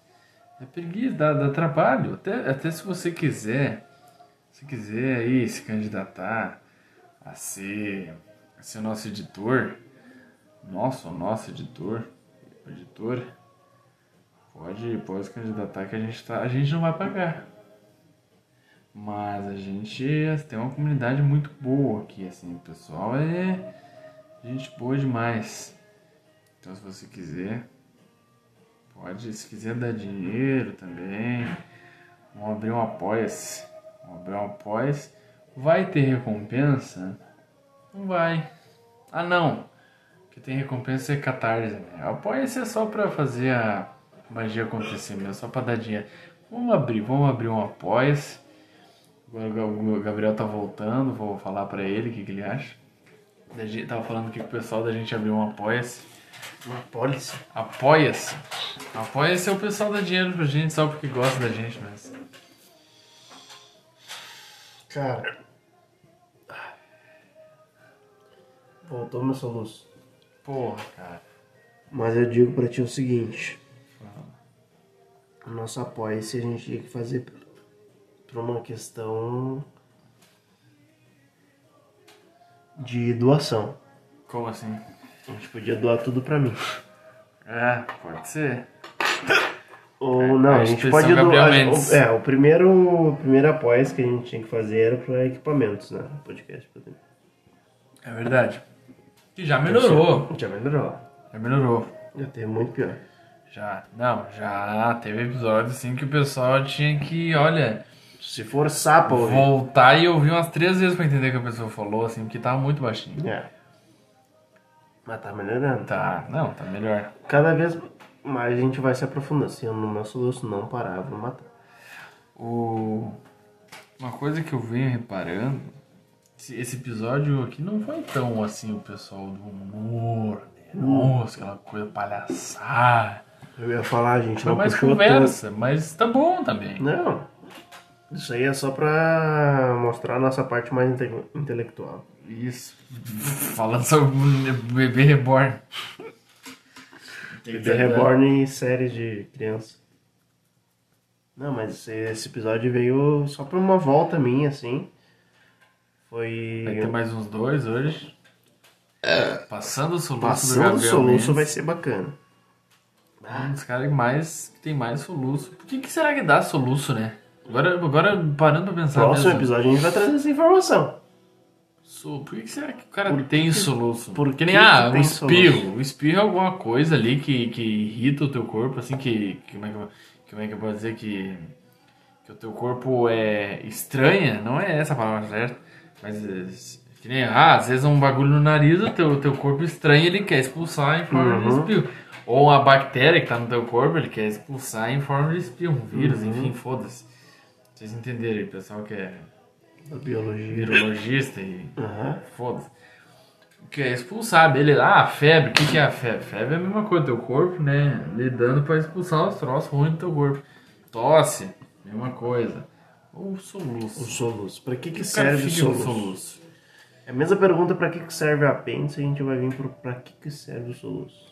S2: é preguiça, dá, dá trabalho. Até, até se você quiser se quiser aí se candidatar a ser, a ser nosso editor, nosso ou nosso editor, editora, pode, pode se candidatar que a gente, tá, a gente não vai pagar. Mas a gente assim, tem uma comunidade muito boa aqui, assim, o pessoal é gente boa demais. Então se você quiser, pode, se quiser dar dinheiro também, vamos abrir um apoia-se. Vamos abrir um apoia-se. Vai ter recompensa? Não vai. Ah não! O que tem recompensa é catarse. Né? Apoia-se é só pra fazer a magia acontecer mesmo, só pra dar dinheiro. Vamos abrir, vamos abrir um apoia-se. Agora o Gab- o Gabriel tá voltando, vou falar pra ele o que, que ele acha. Da gente- Tava falando que o pessoal da gente abriu um apoia-se.
S1: Uma pólice.
S2: Apoia-se. Apoia-se é o pessoal dá dinheiro pra gente só porque gosta da gente, mas.
S3: Cara.
S1: Voltou meu soluço.
S2: Porra, cara.
S1: Mas eu digo pra ti o seguinte. O nosso apoio se a gente tinha que fazer por- por uma questão de doação.
S2: Como assim?
S1: A gente podia doar tudo pra mim.
S2: É, pode ser.
S1: Ou não, a, gente
S2: instituição
S1: pode
S2: É, Gabriel
S1: doar.
S2: Mendes.
S1: o- É, o primeiro, o primeiro apoio que a gente tinha que fazer era pra equipamentos, né? Podcast. pra-
S2: É verdade. Que já melhorou.
S1: Já melhorou.
S2: Já melhorou.
S1: Já teve muito pior.
S2: Já. Não, já teve episódio assim que o pessoal tinha que, olha,
S1: Se forçar pra ouvir.
S2: voltar e ouvir umas três vezes pra entender o que a pessoa falou, assim, porque tava muito baixinho.
S1: É. Mas tá melhorando.
S2: Tá, não, tá melhor.
S1: Cada vez mais a gente vai se aprofundando. Se eu no meu soluço não parar, eu vou matar.
S2: O... Uma coisa que eu venho reparando, esse, esse episódio aqui não foi tão assim o pessoal do humor, né? Nossa, aquela coisa palhaçada.
S1: Eu ia falar, a gente
S2: Foi
S1: não
S2: Tá mais
S1: puxou
S2: conversa, mas tá bom também.
S1: tanto. Não. Isso aí é só pra mostrar a nossa parte mais inte- intelectual.
S2: Isso. Falando sobre o bebê reborn.
S1: The Reborn e série de criança. Não, mas esse, esse episódio veio só pra uma volta minha, assim. Foi. um
S2: Vai ter mais uns dois hoje. Passando o soluço do
S1: É. Passando o
S2: Gabriel
S1: um soluço
S2: Mendes.
S1: vai ser bacana.
S2: Um dos caras que mais que tem mais soluço. Por que, que será que dá soluço, né? Agora, agora parando pra pensar
S1: Próximo
S2: Tá mesmo.
S1: episódio a gente vai trazer essa informação.
S2: So- Por que que será que o cara tem soluço?
S1: por
S2: Porque nem
S1: que
S2: ah,
S1: que
S2: um
S1: tem
S2: espirro.
S1: soluço?
S2: O espirro é alguma coisa ali que, que irrita o teu corpo, assim, que. que- como, é que eu, como é que eu posso dizer que. Que o teu corpo é estranha? Não é essa a palavra certa. Mas. é, Que nem, ah, às vezes um bagulho no nariz, o teu, teu corpo estranho, ele quer expulsar em forma
S1: Uhum.
S2: de espirro. Ou uma bactéria que tá no teu corpo, ele quer expulsar em forma de espirro, um vírus,
S1: Uhum.
S2: enfim, foda-se. Vocês entenderam aí, pessoal que é
S1: Da biologia.
S2: virologista e.
S1: Aham.
S2: Foda-se. Que é expulsar, beleza. Ah, febre, o que, que é a febre? Febre é a mesma coisa, teu corpo, né? Lidando pra expulsar os troços ruins do teu corpo. Tosse, mesma coisa. Ou
S1: O
S2: soluço.
S1: soluço. Pra que, que
S2: O cara
S1: serve o
S2: fica no
S1: soluço? É a mesma pergunta pra que, que serve a apêndice, a gente vai vir pro pra que, que serve o soluço.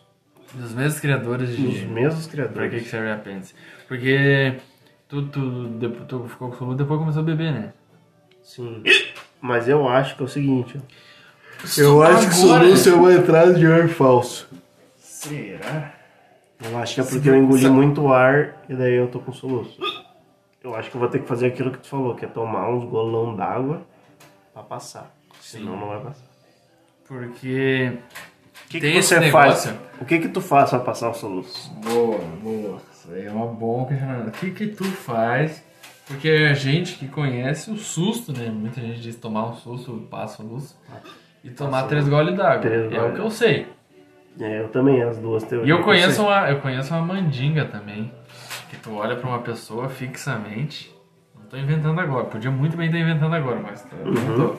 S2: Dos mesmos criadores de.
S1: Os mesmos
S2: Pra que, que
S1: criadores.
S2: serve a apêndice? Porque tu, tu, depo- tu ficou com soluço depois começou a beber, né?
S1: Sim. Mas eu acho que é o seguinte. ó.
S2: Agora-
S1: é uma entrada de ar falso.
S2: Será?
S1: Eu acho que é porque eu engoli muito ar e daí eu tô com soluço. Eu acho que eu vou ter que fazer aquilo que tu falou, que é tomar uns golão d'água pra passar. Senão não vai passar.
S2: Porque.
S1: O que,
S2: Tem
S1: que
S2: esse
S1: você faz?
S2: negócio.
S1: O que que tu faz pra passar o soluço?
S2: Boa, boa. Isso aí é uma boa questionamento. O que que tu faz? Porque a gente que conhece o susto, né? Muita gente diz tomar um susto, passa o luz. E tomar três goles d'água.
S1: um Três
S2: É o
S1: goles.
S2: que eu sei.
S1: É, eu também, as duas teorias.
S2: E eu
S1: sei.
S2: conheço um- uma, eu conheço uma mandinga também. Que tu olha pra uma pessoa fixamente. Não tô inventando agora, podia muito bem estar inventando agora, mas tá,
S1: Uhum.
S2: não tô.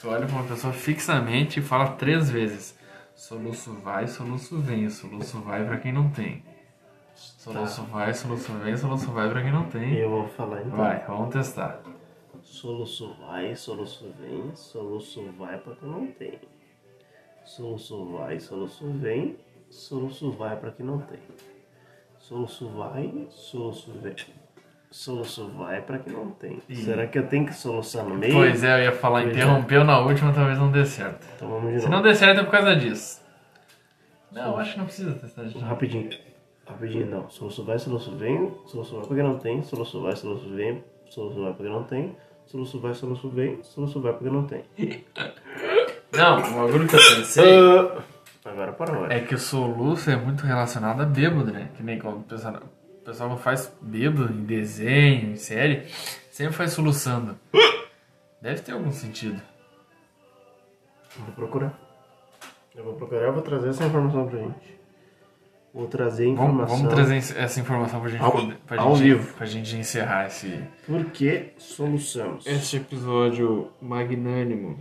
S2: Tu olha pra uma pessoa fixamente e fala três vezes: soluço vai, soluço vem, soluço vai pra quem não tem. Soluço vai, soluço vem, soluço vai pra quem não tem.
S1: Tá. Eu vou falar então.
S2: Vai, vamos testar.
S1: Soluço vai, soluço vem, soluço vai pra quem não tem. Soluço vai, soluço vem, soluço vai pra quem não tem. Soluço vai, soluço vem. Soluço vai pra quem não tem. Será que eu tenho que soluçar no meio?
S2: Pois é, eu ia falar,
S1: Pois é.
S2: interrompeu na última, talvez não dê certo.
S1: Então vamos de
S2: Se
S1: novo.
S2: não der certo é por causa disso. Não, acho que não precisa testar de novo.
S1: Rapidinho. Rapidinho, não. Soluço vai, soluço vem. Soluço vai pra quem não tem. Soluço vai, soluço vem. Soluço vai pra quem não tem. Soluço vai, soluço vem. Soluço vai pra quem não tem.
S2: Não, o bagulho que eu pensei
S1: Ah, Agora para agora.
S2: é que o soluço é muito relacionado a bêbado, né? Que nem quando o pessoal, o pessoal não faz bêbado em desenho, em série, sempre faz soluçando. Deve ter algum sentido.
S1: Vou procurar. Eu vou procurar eu vou trazer essa informação pra gente. Vou trazer a
S2: Vamos,
S1: informação.
S2: vamos trazer esse- essa informação pra gente,
S1: Ao-
S2: poder- pra
S1: ao
S2: gente,
S1: vivo.
S2: pra gente encerrar esse.
S1: Porque soluçamos.
S5: Este episódio magnânimo.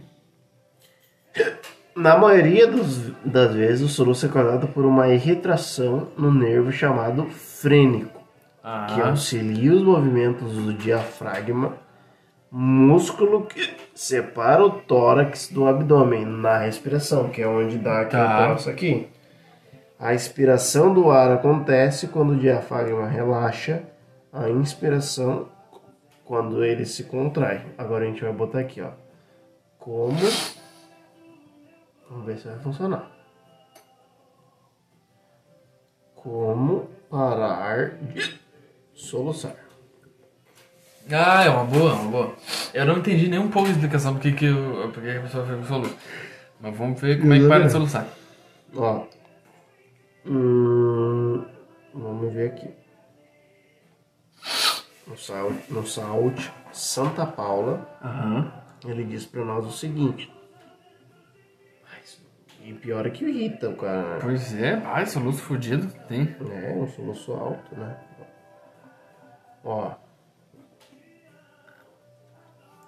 S1: Na maioria dos- das vezes, o soluço é causado por uma irritação no nervo chamado frênico,
S2: Ah,
S1: que é um auxilia os movimentos do diafragma, músculo que separa o tórax do abdômen na respiração, que é onde dá aquele
S2: Tá.
S1: troço aqui. A expiração do ar acontece quando o diafragma relaxa, a inspiração quando ele se contrai. Agora a gente vai botar aqui, ó. Como. Vamos ver se vai funcionar. Como parar de soluçar.
S2: Ah, é uma boa, uma boa. Eu não entendi nem um pouco de explicação porque que, eu, porque que a pessoa foi com soluço. Mas vamos ver como é que para de soluçar.
S1: Ó. Hum, vamos ver aqui. No Saúde, no Saúde Santa Paula, ele diz pra nós o seguinte. Mas, E pior é que irrita o cara, né?
S2: Pois é, vai, soluço fudido, tem.
S1: É, um soluço alto, né? Ó,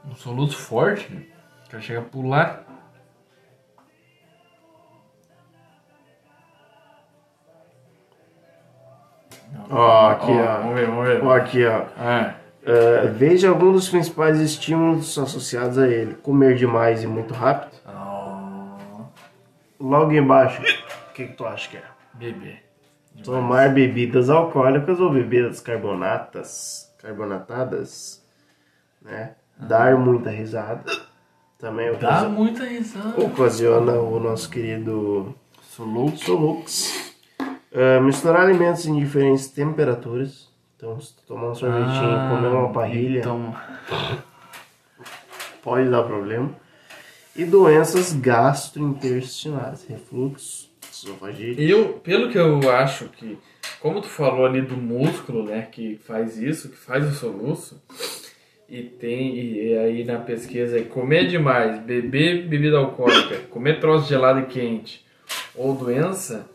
S2: Um soluço forte, né? O cara chega a pular.
S1: ó aqui, ó.
S2: Vamos ver, vamos ver.
S1: Ó, aqui, ó.
S2: Ah,
S1: É, veja alguns dos principais estímulos associados a ele. Comer demais e muito rápido. Logo embaixo, o que, que tu acha que é?
S2: bebê. Demais.
S1: Tomar bebidas alcoólicas ou bebidas carbonatas, carbonatadas, né? Dar muita risada. Também
S2: Ah. Dá
S1: ocasi-
S2: muita risada.
S1: ocasiona o nosso querido
S2: Soluço.
S1: Solux. É, misturar alimentos em diferentes temperaturas. Então, se tu tomar um sorvetinho e comer uma parrilha,
S2: Ah, Então,
S1: pode dar problema. E doenças gastrointestinais, refluxo, esofagite.
S2: Eu, pelo que eu acho que, como tu falou ali do músculo, né, que faz isso, que faz o soluço, e tem, e, e aí na pesquisa é comer demais, beber bebida alcoólica, comer troço gelado e quente, ou doença,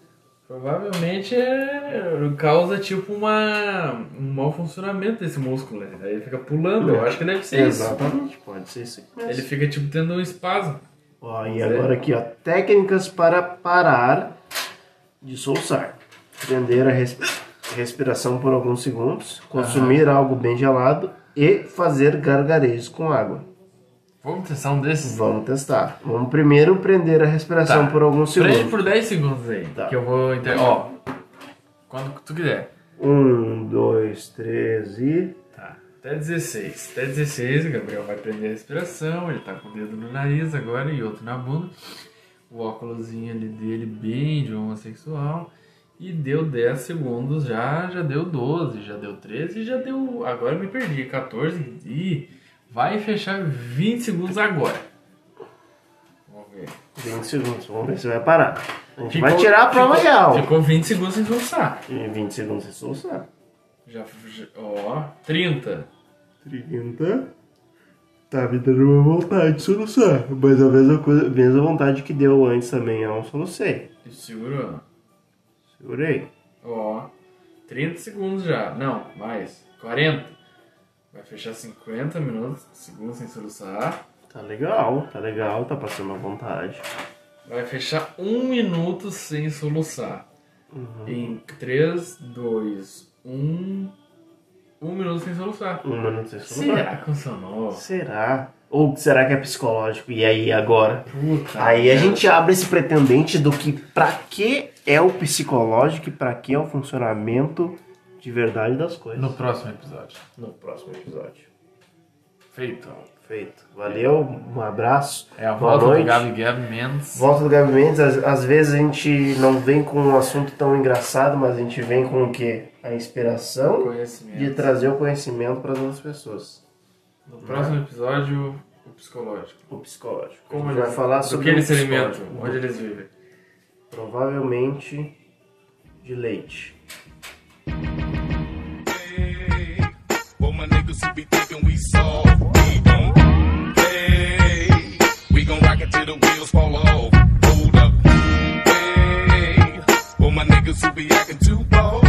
S2: provavelmente é, causa tipo uma, um mau funcionamento desse músculo, né? Aí fica pulando, eu acho que deve ser isso.
S1: Exatamente, pode ser isso aqui mesmo.
S2: Ele fica tipo tendo um espasmo.
S1: Ó, e agora aqui, ó. Técnicas para parar de soluçar. Prender a res- respiração por alguns segundos. Consumir algo bem gelado. E fazer gargarejos com água.
S2: Vamos testar um desses?
S1: Vamos testar. Vamos primeiro prender a respiração
S2: Tá.
S1: por alguns
S2: Prende
S1: segundos.
S2: por 10 segundos aí,
S1: Tá.
S2: que eu vou... Inter... Ó, quando tu quiser.
S1: Um, dois, três e.
S2: Tá. Até 16. Até 16, o Gabriel vai prender a respiração. Ele tá com o dedo no nariz agora e outro na bunda. O óculosinho ali dele, bem de homossexual. E deu 10 segundos já, já deu 12, já deu 13, já deu. Agora eu me perdi, 14. E vai fechar 20 segundos agora. Vamos ver.
S1: 20 segundos. Vamos ver se vai parar. A gente vai
S2: Ficou-
S1: tirar a prova
S2: ficou-
S1: real.
S2: Ficou 20 segundos sem forçar.
S1: E 20 segundos sem soluçar.
S2: Já, já, ó, 30.
S1: 30. Tá me dando uma vontade de soluçar. Mas a mesma, coisa, mesma vontade que deu antes também, é eu não solucei.
S2: Segurou.
S1: Segurei.
S2: Ó, 30 segundos já. Não, mais. 40. Vai fechar 50 minutos, segundos sem soluçar.
S1: Tá legal, tá legal, tá passando a vontade.
S2: Vai fechar 1 minuto sem soluçar.
S1: Uhum.
S2: Em 3, 2, 1. 1 minuto sem soluçar.
S1: Um minuto sem soluçar.
S2: Será que funcionou?
S1: Será? Ou será que é psicológico? E aí, agora?
S2: Puta.
S1: Aí a
S2: merda.
S1: gente abre esse pretendente do que pra que é o psicológico e pra que é o funcionamento de verdade das coisas.
S2: No próximo episódio.
S3: no próximo episódio.
S2: Feito.
S1: Feito. Valeu, um abraço.
S2: É a
S1: boa
S2: volta
S1: noite.
S2: do Gabi Gabi Mendes.
S1: Volta do Gabi Mendes, às, às vezes a gente não vem com um assunto tão engraçado, mas a gente vem com o quê? A inspiração de
S2: Conhecimento.
S1: trazer o conhecimento para as outras pessoas.
S2: No próximo episódio, o psicológico.
S1: O psicológico.
S2: Como
S1: a gente
S2: eles-
S1: vai falar
S2: Do
S1: sobre
S2: que
S1: o
S2: eles se
S1: psicológico.
S2: alimentam, onde eles vivem.
S1: Provavelmente de leite.
S6: Well, my niggas who be thinking we soft, we don't play. We gon' rock it till the wheels fall off. Hold up, hey. Well, my niggas who be acting too bold,